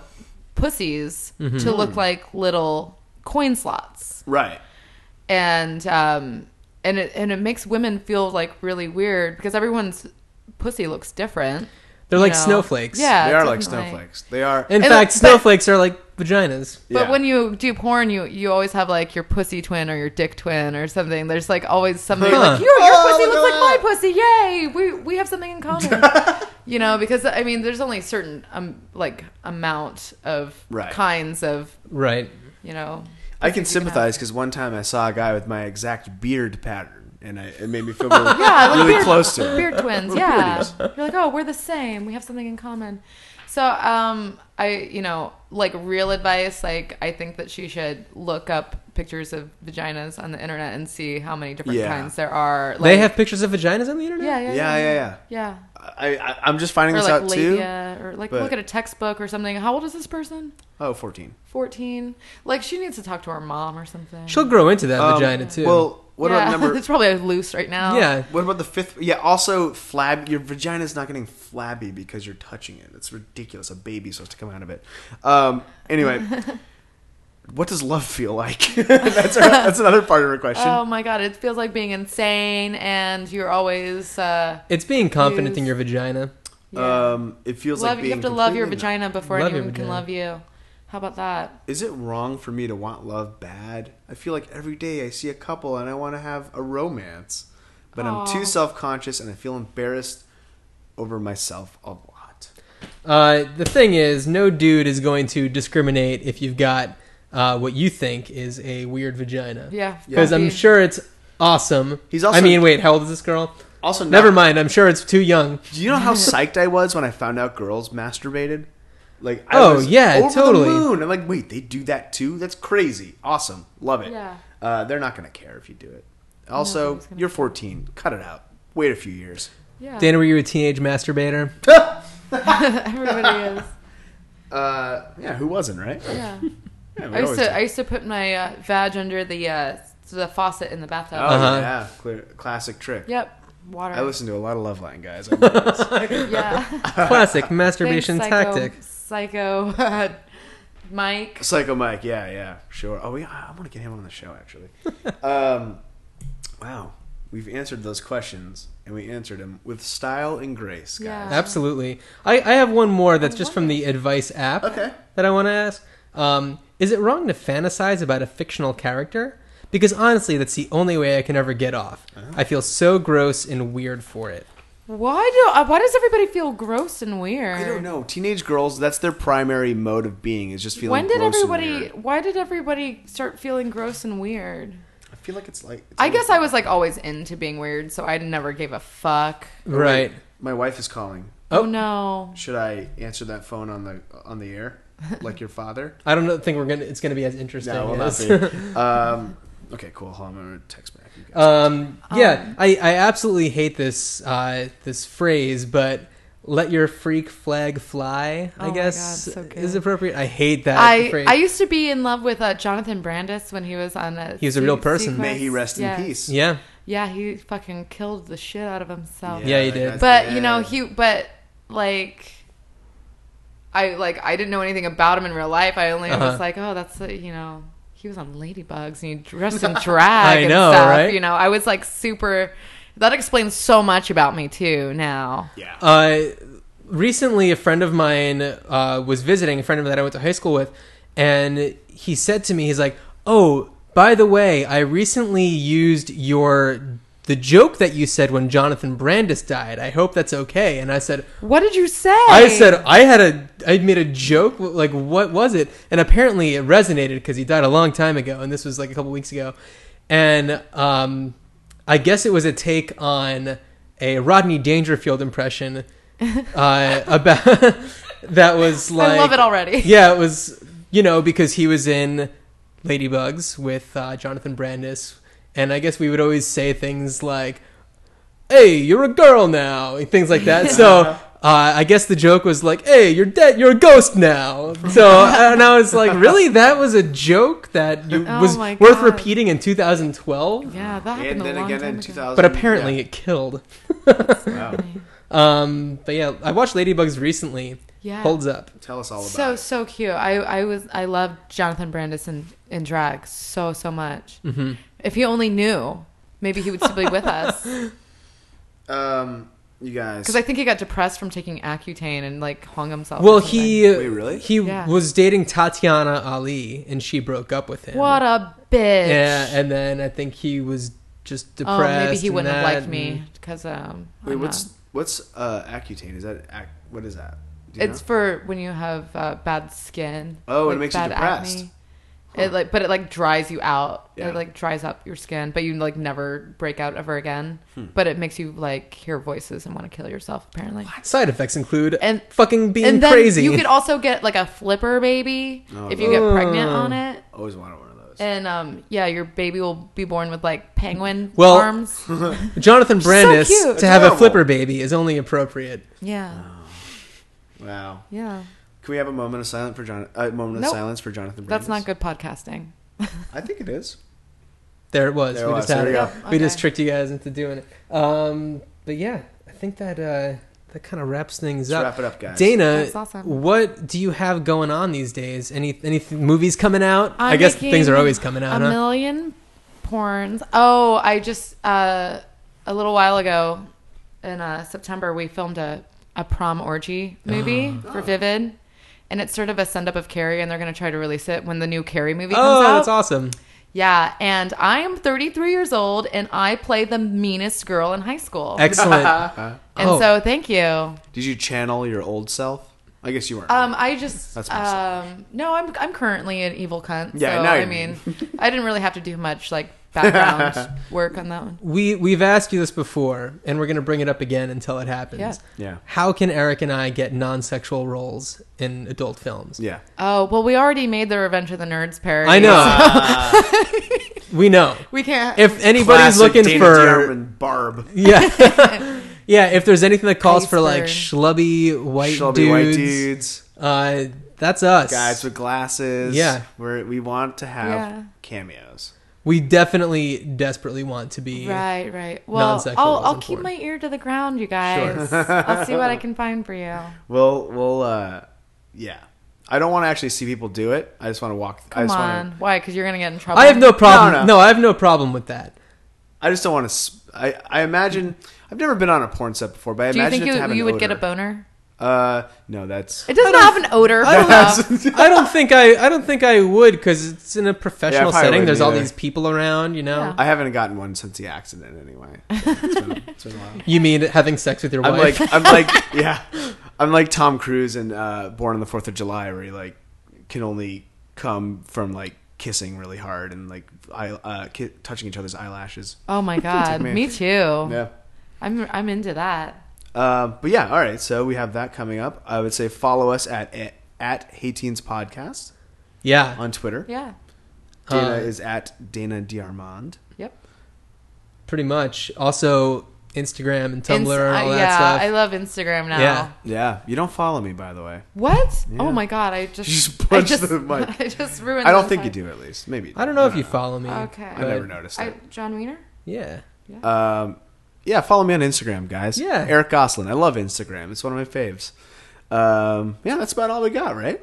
[SPEAKER 3] pussies
[SPEAKER 2] Mm-hmm.
[SPEAKER 3] to look like little coin slots
[SPEAKER 1] Right.
[SPEAKER 3] and um and it and it makes women feel like really weird because everyone's pussy looks different
[SPEAKER 2] They're
[SPEAKER 3] you
[SPEAKER 2] like
[SPEAKER 3] know.
[SPEAKER 2] snowflakes.
[SPEAKER 3] Yeah,
[SPEAKER 1] they are like
[SPEAKER 3] definitely.
[SPEAKER 1] snowflakes. They are.
[SPEAKER 2] In
[SPEAKER 3] And
[SPEAKER 2] fact,
[SPEAKER 3] the- but-
[SPEAKER 2] snowflakes are like vaginas.
[SPEAKER 3] But
[SPEAKER 1] Yeah.
[SPEAKER 3] when you do porn, you you always have like your pussy twin or your dick twin or something. There's like always somebody
[SPEAKER 2] Huh.
[SPEAKER 3] like your your
[SPEAKER 1] Oh,
[SPEAKER 3] pussy
[SPEAKER 1] look
[SPEAKER 3] looks like my pussy. Yay,
[SPEAKER 1] at that.
[SPEAKER 3] we we have something in common. you know, because I mean, there's only certain um like amount of
[SPEAKER 1] Right.
[SPEAKER 3] kinds of
[SPEAKER 2] Right.
[SPEAKER 3] you know.
[SPEAKER 1] I can
[SPEAKER 3] pussies you
[SPEAKER 1] sympathize
[SPEAKER 3] have.
[SPEAKER 1] because one time I saw a guy with my exact beard pattern, and I, it made me feel really,
[SPEAKER 3] Yeah, like
[SPEAKER 1] really
[SPEAKER 3] beard-
[SPEAKER 1] close to him.
[SPEAKER 3] beard twins.
[SPEAKER 1] We're
[SPEAKER 3] yeah,
[SPEAKER 1] beardies.
[SPEAKER 3] you're like, oh, we're the same. We have something in common. So, um, I you know, like real advice, like I think that she should look up pictures of vaginas on the internet and see how many different
[SPEAKER 1] Yeah.
[SPEAKER 3] kinds there are. Like,
[SPEAKER 2] They have pictures of vaginas on the internet?
[SPEAKER 3] yeah,
[SPEAKER 1] Yeah,
[SPEAKER 3] yeah,
[SPEAKER 1] yeah,
[SPEAKER 3] yeah,
[SPEAKER 1] yeah.
[SPEAKER 3] yeah.
[SPEAKER 1] I, I, I'm just finding
[SPEAKER 3] Or
[SPEAKER 1] this
[SPEAKER 3] like
[SPEAKER 1] out too.
[SPEAKER 3] labia, or like
[SPEAKER 1] but-
[SPEAKER 3] look at a textbook or something. How old is this person?
[SPEAKER 1] Oh, 14.
[SPEAKER 3] Fourteen. Like she needs to talk to her mom or something.
[SPEAKER 2] She'll grow into that
[SPEAKER 1] Um,
[SPEAKER 2] vagina too.
[SPEAKER 1] Well, what
[SPEAKER 3] Yeah.
[SPEAKER 1] about number?
[SPEAKER 3] it's probably loose right now.
[SPEAKER 2] yeah.
[SPEAKER 1] What about the fifth? Yeah, also flab. Your vagina's not getting flabby because you're touching it. It's ridiculous. A baby's supposed to come out of it. Um. Anyway, what does love feel like? that's her, that's another part of her question.
[SPEAKER 3] Oh my god, it feels like being insane, and you're always. Uh,
[SPEAKER 2] It's being confident
[SPEAKER 3] Use-
[SPEAKER 2] in your vagina.
[SPEAKER 3] yeah.
[SPEAKER 1] Um. It feels
[SPEAKER 3] love,
[SPEAKER 1] like
[SPEAKER 3] you have
[SPEAKER 1] being
[SPEAKER 3] to love your
[SPEAKER 1] completely-
[SPEAKER 3] vagina before
[SPEAKER 2] Love your
[SPEAKER 3] anyone can
[SPEAKER 2] vagina.
[SPEAKER 3] love you. How about that?
[SPEAKER 1] Is it wrong for me to want love bad? I feel like every day I see a couple and I want to have a romance, but I'm
[SPEAKER 3] Aw.
[SPEAKER 1] too self conscious and I feel embarrassed over myself a lot.
[SPEAKER 2] Uh, the thing is, no dude is going to discriminate if you've got uh, what you think is a weird vagina.
[SPEAKER 3] Yeah,
[SPEAKER 2] Because I'm
[SPEAKER 3] Dude.
[SPEAKER 2] sure it's awesome.
[SPEAKER 1] He's also-
[SPEAKER 2] I mean, wait, how old is this girl?
[SPEAKER 1] Also,
[SPEAKER 2] Never mind. I'm sure it's too young.
[SPEAKER 1] Do you know how psyched I was when I found out girls masturbated? Like, I
[SPEAKER 2] Oh,
[SPEAKER 1] was
[SPEAKER 2] yeah,
[SPEAKER 1] over
[SPEAKER 2] totally.
[SPEAKER 1] The moon. I'm like, wait, they do that too? That's crazy. Awesome, love it.
[SPEAKER 3] Yeah.
[SPEAKER 1] Uh, they're not gonna care if you do it.
[SPEAKER 3] Nobody's
[SPEAKER 1] Also,
[SPEAKER 3] gonna
[SPEAKER 1] you're 14. Cut it out. Wait a few years.
[SPEAKER 3] Yeah,
[SPEAKER 2] Dana, were you a teenage masturbator?
[SPEAKER 3] everybody is.
[SPEAKER 1] Uh, yeah, who wasn't right?
[SPEAKER 3] Yeah,
[SPEAKER 1] Yeah, we
[SPEAKER 3] I used
[SPEAKER 1] always
[SPEAKER 3] to
[SPEAKER 1] do.
[SPEAKER 3] I used to put my uh, vag under the uh, the faucet in the bathtub.
[SPEAKER 1] Oh
[SPEAKER 2] Uh-huh.
[SPEAKER 1] yeah, clear, classic trick.
[SPEAKER 3] Yep, water.
[SPEAKER 1] I listen to a lot of Loveline guys. I know this.
[SPEAKER 3] yeah,
[SPEAKER 2] Classic masturbation
[SPEAKER 3] Thanks,
[SPEAKER 2] tactic.
[SPEAKER 3] Psycho, psycho Mike.
[SPEAKER 1] Psycho Mike, yeah, yeah, sure. Oh, yeah, I want to get him on the show actually. um, wow, we've answered those questions, and we answered them with style and grace, guys.
[SPEAKER 3] Yeah.
[SPEAKER 2] Absolutely. I, I have one more that's just from the advice app
[SPEAKER 1] Okay.
[SPEAKER 2] that I want to ask. Um, is it wrong to fantasize about a fictional character? Because honestly, that's the only way I can ever get off.
[SPEAKER 1] Uh-huh.
[SPEAKER 2] I feel so gross and weird for it.
[SPEAKER 3] Why do uh, why does everybody feel gross and weird?
[SPEAKER 1] I don't know. Teenage girls—that's their primary mode of being is just feeling.
[SPEAKER 3] When did
[SPEAKER 1] gross and
[SPEAKER 3] everybody?
[SPEAKER 1] weird.
[SPEAKER 3] Why did everybody start feeling gross and weird?
[SPEAKER 1] I feel like it's like. it's
[SPEAKER 3] I
[SPEAKER 1] like-
[SPEAKER 3] guess I was like always into being weird, so I never gave a fuck.
[SPEAKER 2] Right.
[SPEAKER 1] My wife is calling.
[SPEAKER 2] Oh.
[SPEAKER 3] Oh, no.
[SPEAKER 1] Should I answer that phone on the on the air, like your father?
[SPEAKER 2] I don't know- think we're gonna. It's gonna be as interesting.
[SPEAKER 1] No, it will
[SPEAKER 2] as-
[SPEAKER 1] not be. Um, okay, cool. Hold on, I'm gonna text back. You guys.
[SPEAKER 3] Um.
[SPEAKER 2] um, yeah, I, I absolutely hate this uh, this phrase, but "Let your freak flag fly." I
[SPEAKER 3] Oh my
[SPEAKER 2] guess
[SPEAKER 3] God, so good.
[SPEAKER 2] is appropriate. I hate that.
[SPEAKER 3] I,
[SPEAKER 2] phrase.
[SPEAKER 3] I used to be in love with uh, Jonathan Brandis when he was on a.
[SPEAKER 2] He was a real person.
[SPEAKER 1] May he rest
[SPEAKER 3] yeah.
[SPEAKER 1] in peace.
[SPEAKER 2] yeah,
[SPEAKER 3] Yeah, he fucking killed the shit out of himself.
[SPEAKER 2] Yeah, he did.
[SPEAKER 1] that's
[SPEAKER 3] but you know
[SPEAKER 1] bad.
[SPEAKER 3] he but like i like i didn't know anything about him in real life i only
[SPEAKER 2] Uh-huh.
[SPEAKER 3] was like oh that's a, you know he was on ladybugs and he dressed in drag
[SPEAKER 2] I
[SPEAKER 3] and
[SPEAKER 2] know,
[SPEAKER 3] stuff
[SPEAKER 2] right?
[SPEAKER 3] you know i was like super that explains so much about me too now
[SPEAKER 1] yeah.
[SPEAKER 2] uh, recently a friend of mine uh, was visiting a friend of mine that I went to high school with, and he said to me, he's like, "Oh, by the way, I recently used your." The joke that you said when Jonathan Brandis died, I hope that's okay. And I said,
[SPEAKER 3] what did you say
[SPEAKER 2] I said I had a I made a joke like what was it? And apparently it resonated because he died a long time ago, and this was like a couple weeks ago. And um, I guess it was a take on a Rodney Dangerfield impression uh, about that was like
[SPEAKER 3] i love it already
[SPEAKER 2] yeah, it was you know because he was in Ladybugs with uh, Jonathan Brandis, and I guess we would always say things like, "Hey, you're a girl now," and things like that. so. Uh, I guess the joke was like, "Hey, you're dead. You're a ghost now." So, and I was like, "Really? That was a joke that you,
[SPEAKER 3] Oh
[SPEAKER 2] was
[SPEAKER 3] my
[SPEAKER 2] worth
[SPEAKER 3] God.
[SPEAKER 2] repeating in 2012?"
[SPEAKER 3] yeah that happened
[SPEAKER 1] And then
[SPEAKER 3] a long
[SPEAKER 1] again
[SPEAKER 3] time
[SPEAKER 1] in
[SPEAKER 3] ago.
[SPEAKER 1] 2000.
[SPEAKER 2] But apparently,
[SPEAKER 1] yeah.
[SPEAKER 2] it killed.
[SPEAKER 1] Wow.
[SPEAKER 2] Um, but yeah, I watched Ladybugs recently.
[SPEAKER 3] Yeah.
[SPEAKER 2] holds up.
[SPEAKER 1] Tell us all about
[SPEAKER 3] so
[SPEAKER 1] it.
[SPEAKER 3] so cute. I I was I loved Jonathan Brandis in, in drag so so much.
[SPEAKER 2] Mm-hmm.
[SPEAKER 3] If he only knew, maybe he would still be with us.
[SPEAKER 1] Um, you guys.
[SPEAKER 3] Because I think he got depressed from taking Accutane and like hung himself. or
[SPEAKER 2] Well,
[SPEAKER 3] something.
[SPEAKER 2] he
[SPEAKER 1] Wait, really?
[SPEAKER 2] he
[SPEAKER 3] Yeah.
[SPEAKER 2] was dating Tatiana Ali, and she broke up with him.
[SPEAKER 3] what a bitch.
[SPEAKER 2] Yeah, and then I think he was just
[SPEAKER 3] oh,
[SPEAKER 2] depressed.
[SPEAKER 3] maybe he
[SPEAKER 2] and
[SPEAKER 3] wouldn't have
[SPEAKER 2] that,
[SPEAKER 3] liked me
[SPEAKER 2] and-
[SPEAKER 3] because um.
[SPEAKER 1] Wait,
[SPEAKER 3] I'm
[SPEAKER 1] what's
[SPEAKER 3] not-
[SPEAKER 1] what's uh, Accutane? Is that ac- what is that? Do you
[SPEAKER 3] It's
[SPEAKER 1] know?
[SPEAKER 3] for when you have uh, bad skin.
[SPEAKER 1] Oh, it makes you
[SPEAKER 3] bad
[SPEAKER 1] depressed.
[SPEAKER 3] acne. It like, but it like dries you out.
[SPEAKER 1] Yeah.
[SPEAKER 3] It like dries up your skin, but you like never break out ever again.
[SPEAKER 1] Hmm.
[SPEAKER 3] But it makes you like hear voices and want to kill yourself. Apparently,
[SPEAKER 2] Side effects include
[SPEAKER 3] And-
[SPEAKER 2] fucking being
[SPEAKER 3] and then
[SPEAKER 2] crazy.
[SPEAKER 3] you could also get like a flipper baby
[SPEAKER 1] Oh,
[SPEAKER 3] if you get
[SPEAKER 2] no.
[SPEAKER 3] pregnant on it.
[SPEAKER 1] always wanted one of those.
[SPEAKER 3] And um, yeah, your baby will be born with like penguin
[SPEAKER 2] Well-
[SPEAKER 3] arms.
[SPEAKER 2] Jonathan Brandis
[SPEAKER 3] cute.
[SPEAKER 2] to
[SPEAKER 3] It's
[SPEAKER 2] have a
[SPEAKER 1] adorable.
[SPEAKER 2] flipper baby is only appropriate.
[SPEAKER 3] Yeah,
[SPEAKER 1] wow.
[SPEAKER 3] yeah.
[SPEAKER 1] Can we have a moment of silence for John? A moment of
[SPEAKER 3] Nope.
[SPEAKER 1] silence for Jonathan.
[SPEAKER 3] That's not
[SPEAKER 1] Brandis?
[SPEAKER 3] good podcasting.
[SPEAKER 1] I think it is.
[SPEAKER 2] There it was.
[SPEAKER 1] There
[SPEAKER 2] we
[SPEAKER 1] it was.
[SPEAKER 2] just had
[SPEAKER 1] There
[SPEAKER 2] it.
[SPEAKER 1] we
[SPEAKER 3] go.
[SPEAKER 2] We just
[SPEAKER 3] Okay.
[SPEAKER 2] tricked you guys into doing it. Um, but yeah, I think that uh, that kind of wraps things
[SPEAKER 1] Let's
[SPEAKER 2] up.
[SPEAKER 1] wrap it up, guys.
[SPEAKER 2] Dana,
[SPEAKER 3] That's awesome.
[SPEAKER 2] what do you have going on these days? Any any th- movies coming out?
[SPEAKER 3] I'm
[SPEAKER 2] guess
[SPEAKER 3] making
[SPEAKER 2] things are always coming out.
[SPEAKER 3] A
[SPEAKER 2] huh?
[SPEAKER 3] million porns. Oh, I just uh, a little while ago in uh, September we filmed a a prom orgy movie for Vivid, and it's sort of a send up of Carrie, and they're going to try to release it when the new Carrie movie comes
[SPEAKER 2] Oh,
[SPEAKER 3] out.
[SPEAKER 2] that's awesome.
[SPEAKER 3] Yeah, and I am 33 years old, and I play the meanest girl in high school.
[SPEAKER 2] Excellent.
[SPEAKER 3] and
[SPEAKER 2] oh.
[SPEAKER 3] so, thank you.
[SPEAKER 1] Did you channel your old self? I guess you weren't.
[SPEAKER 3] Um, I just
[SPEAKER 1] That's awesome.
[SPEAKER 3] um, no, I'm I'm currently an evil cunt.
[SPEAKER 1] Yeah,
[SPEAKER 3] so
[SPEAKER 1] now
[SPEAKER 3] I
[SPEAKER 1] you
[SPEAKER 3] mean, I didn't really have to do much like background work on that one.
[SPEAKER 2] we we've asked you this before, and we're going to bring it up again until it happens.
[SPEAKER 3] Yeah.
[SPEAKER 1] Yeah.
[SPEAKER 2] How can Eric and I get non-sexual roles in adult films?
[SPEAKER 1] yeah.
[SPEAKER 3] Oh well, we already made the Revenge of the Nerds parody.
[SPEAKER 2] I know. we know.
[SPEAKER 3] we can't.
[SPEAKER 2] If anybody's
[SPEAKER 1] Classic
[SPEAKER 2] looking
[SPEAKER 1] Dana
[SPEAKER 2] for
[SPEAKER 1] Diarmid Barb.
[SPEAKER 2] yeah, yeah, if there's anything that calls for like
[SPEAKER 3] Iceberg.
[SPEAKER 2] schlubby white
[SPEAKER 1] Shelby
[SPEAKER 2] dudes,
[SPEAKER 1] white dudes,
[SPEAKER 2] uh, that's us.
[SPEAKER 1] guys with glasses.
[SPEAKER 2] Yeah.
[SPEAKER 1] We're, we want to have
[SPEAKER 3] Yeah.
[SPEAKER 1] cameos.
[SPEAKER 2] we definitely desperately want to be.
[SPEAKER 3] right, right. Well,
[SPEAKER 2] Non-sexual
[SPEAKER 3] I'll
[SPEAKER 2] is
[SPEAKER 3] I'll keep my
[SPEAKER 2] important.
[SPEAKER 3] ear to the ground, you guys. I'll see what I can find for you.
[SPEAKER 1] We'll we'll uh, yeah. I don't want to actually see people do it. I just want to walk. I
[SPEAKER 3] Come
[SPEAKER 1] just
[SPEAKER 3] on,
[SPEAKER 1] Want to,
[SPEAKER 3] why? Because you're gonna get in trouble.
[SPEAKER 2] I have no problem.
[SPEAKER 1] No,
[SPEAKER 2] No,
[SPEAKER 1] no.
[SPEAKER 2] I have no problem with that.
[SPEAKER 1] I just don't want to. I I imagine I've never been on a porn set before, but I
[SPEAKER 3] Do you
[SPEAKER 1] imagine
[SPEAKER 3] think
[SPEAKER 1] it to have
[SPEAKER 3] you,
[SPEAKER 1] an
[SPEAKER 3] you would get a
[SPEAKER 1] odor.
[SPEAKER 3] boner?
[SPEAKER 1] Uh, no, that's
[SPEAKER 3] It doesn't have an odor. first off.
[SPEAKER 2] I don't think I. I don't think I would because it's in a professional
[SPEAKER 1] probably
[SPEAKER 2] setting.
[SPEAKER 1] wouldn't
[SPEAKER 2] There's all
[SPEAKER 1] either.
[SPEAKER 2] these people around. You know.
[SPEAKER 3] Yeah.
[SPEAKER 1] I haven't gotten one since the accident anyway. It's been, it's been a while.
[SPEAKER 2] You mean having sex with your
[SPEAKER 1] I'm
[SPEAKER 2] wife?
[SPEAKER 1] like I'm like yeah, I'm like Tom Cruise in uh, Born on the Fourth of July, where he like can only come from like kissing really hard and like eye, uh, ki- touching each other's eyelashes.
[SPEAKER 3] Oh my god,
[SPEAKER 1] me.
[SPEAKER 3] me. too.
[SPEAKER 2] Oh.
[SPEAKER 1] Yeah.
[SPEAKER 3] I'm I'm into that.
[SPEAKER 1] Uh, but yeah, all right. So we have that coming up. I would say follow us at at, at Hey Teens Podcast
[SPEAKER 2] yeah.
[SPEAKER 1] on Twitter.
[SPEAKER 3] Yeah.
[SPEAKER 1] Dana
[SPEAKER 2] Uh,
[SPEAKER 1] is at Dana Diarmond.
[SPEAKER 3] Yep.
[SPEAKER 2] Pretty much. Also, Instagram and Tumblr and
[SPEAKER 3] Ins-
[SPEAKER 2] all
[SPEAKER 3] I-
[SPEAKER 2] that
[SPEAKER 3] uh, yeah,
[SPEAKER 2] stuff.
[SPEAKER 3] I love Instagram now.
[SPEAKER 2] Yeah.
[SPEAKER 1] Yeah, you don't follow me, by the way.
[SPEAKER 3] What?
[SPEAKER 1] Yeah.
[SPEAKER 3] Oh my god! I just,
[SPEAKER 1] just
[SPEAKER 3] I
[SPEAKER 1] punched
[SPEAKER 3] just,
[SPEAKER 1] the mic.
[SPEAKER 3] I just ruined.
[SPEAKER 1] I don't
[SPEAKER 3] the
[SPEAKER 1] think you
[SPEAKER 3] entire-
[SPEAKER 1] do, at least. Maybe. you
[SPEAKER 2] I don't know if you follow me.
[SPEAKER 3] Okay.
[SPEAKER 1] I never noticed
[SPEAKER 3] I,
[SPEAKER 1] it.
[SPEAKER 3] John Wiener.
[SPEAKER 2] Yeah.
[SPEAKER 1] Um, yeah, follow me on Instagram, guys.
[SPEAKER 2] Yeah.
[SPEAKER 1] Eric Goslin. I love Instagram. It's one of my faves. Um, yeah, that's about all we got, right?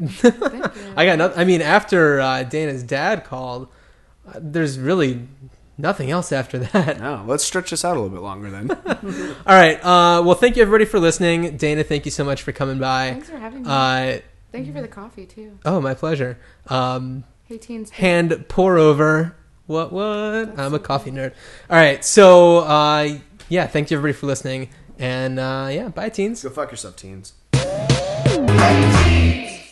[SPEAKER 2] I got nothing. I mean, after uh, Dana's dad called, uh, there's really nothing else after that.
[SPEAKER 1] no, Oh, let's stretch this out a little bit longer then.
[SPEAKER 2] All right. Uh, well, thank you everybody for listening. Dana, thank you so much for coming by.
[SPEAKER 3] Thanks for having me.
[SPEAKER 2] Uh,
[SPEAKER 3] Thank you for the coffee too.
[SPEAKER 2] oh, my pleasure. Um,
[SPEAKER 3] Hey teens.
[SPEAKER 2] hand pour over. What? What? I'm a coffee nerd. All right. So uh, yeah, thank you everybody for listening. And uh, yeah, bye teens.
[SPEAKER 1] Go fuck yourself, teens.
[SPEAKER 5] Hey, teens.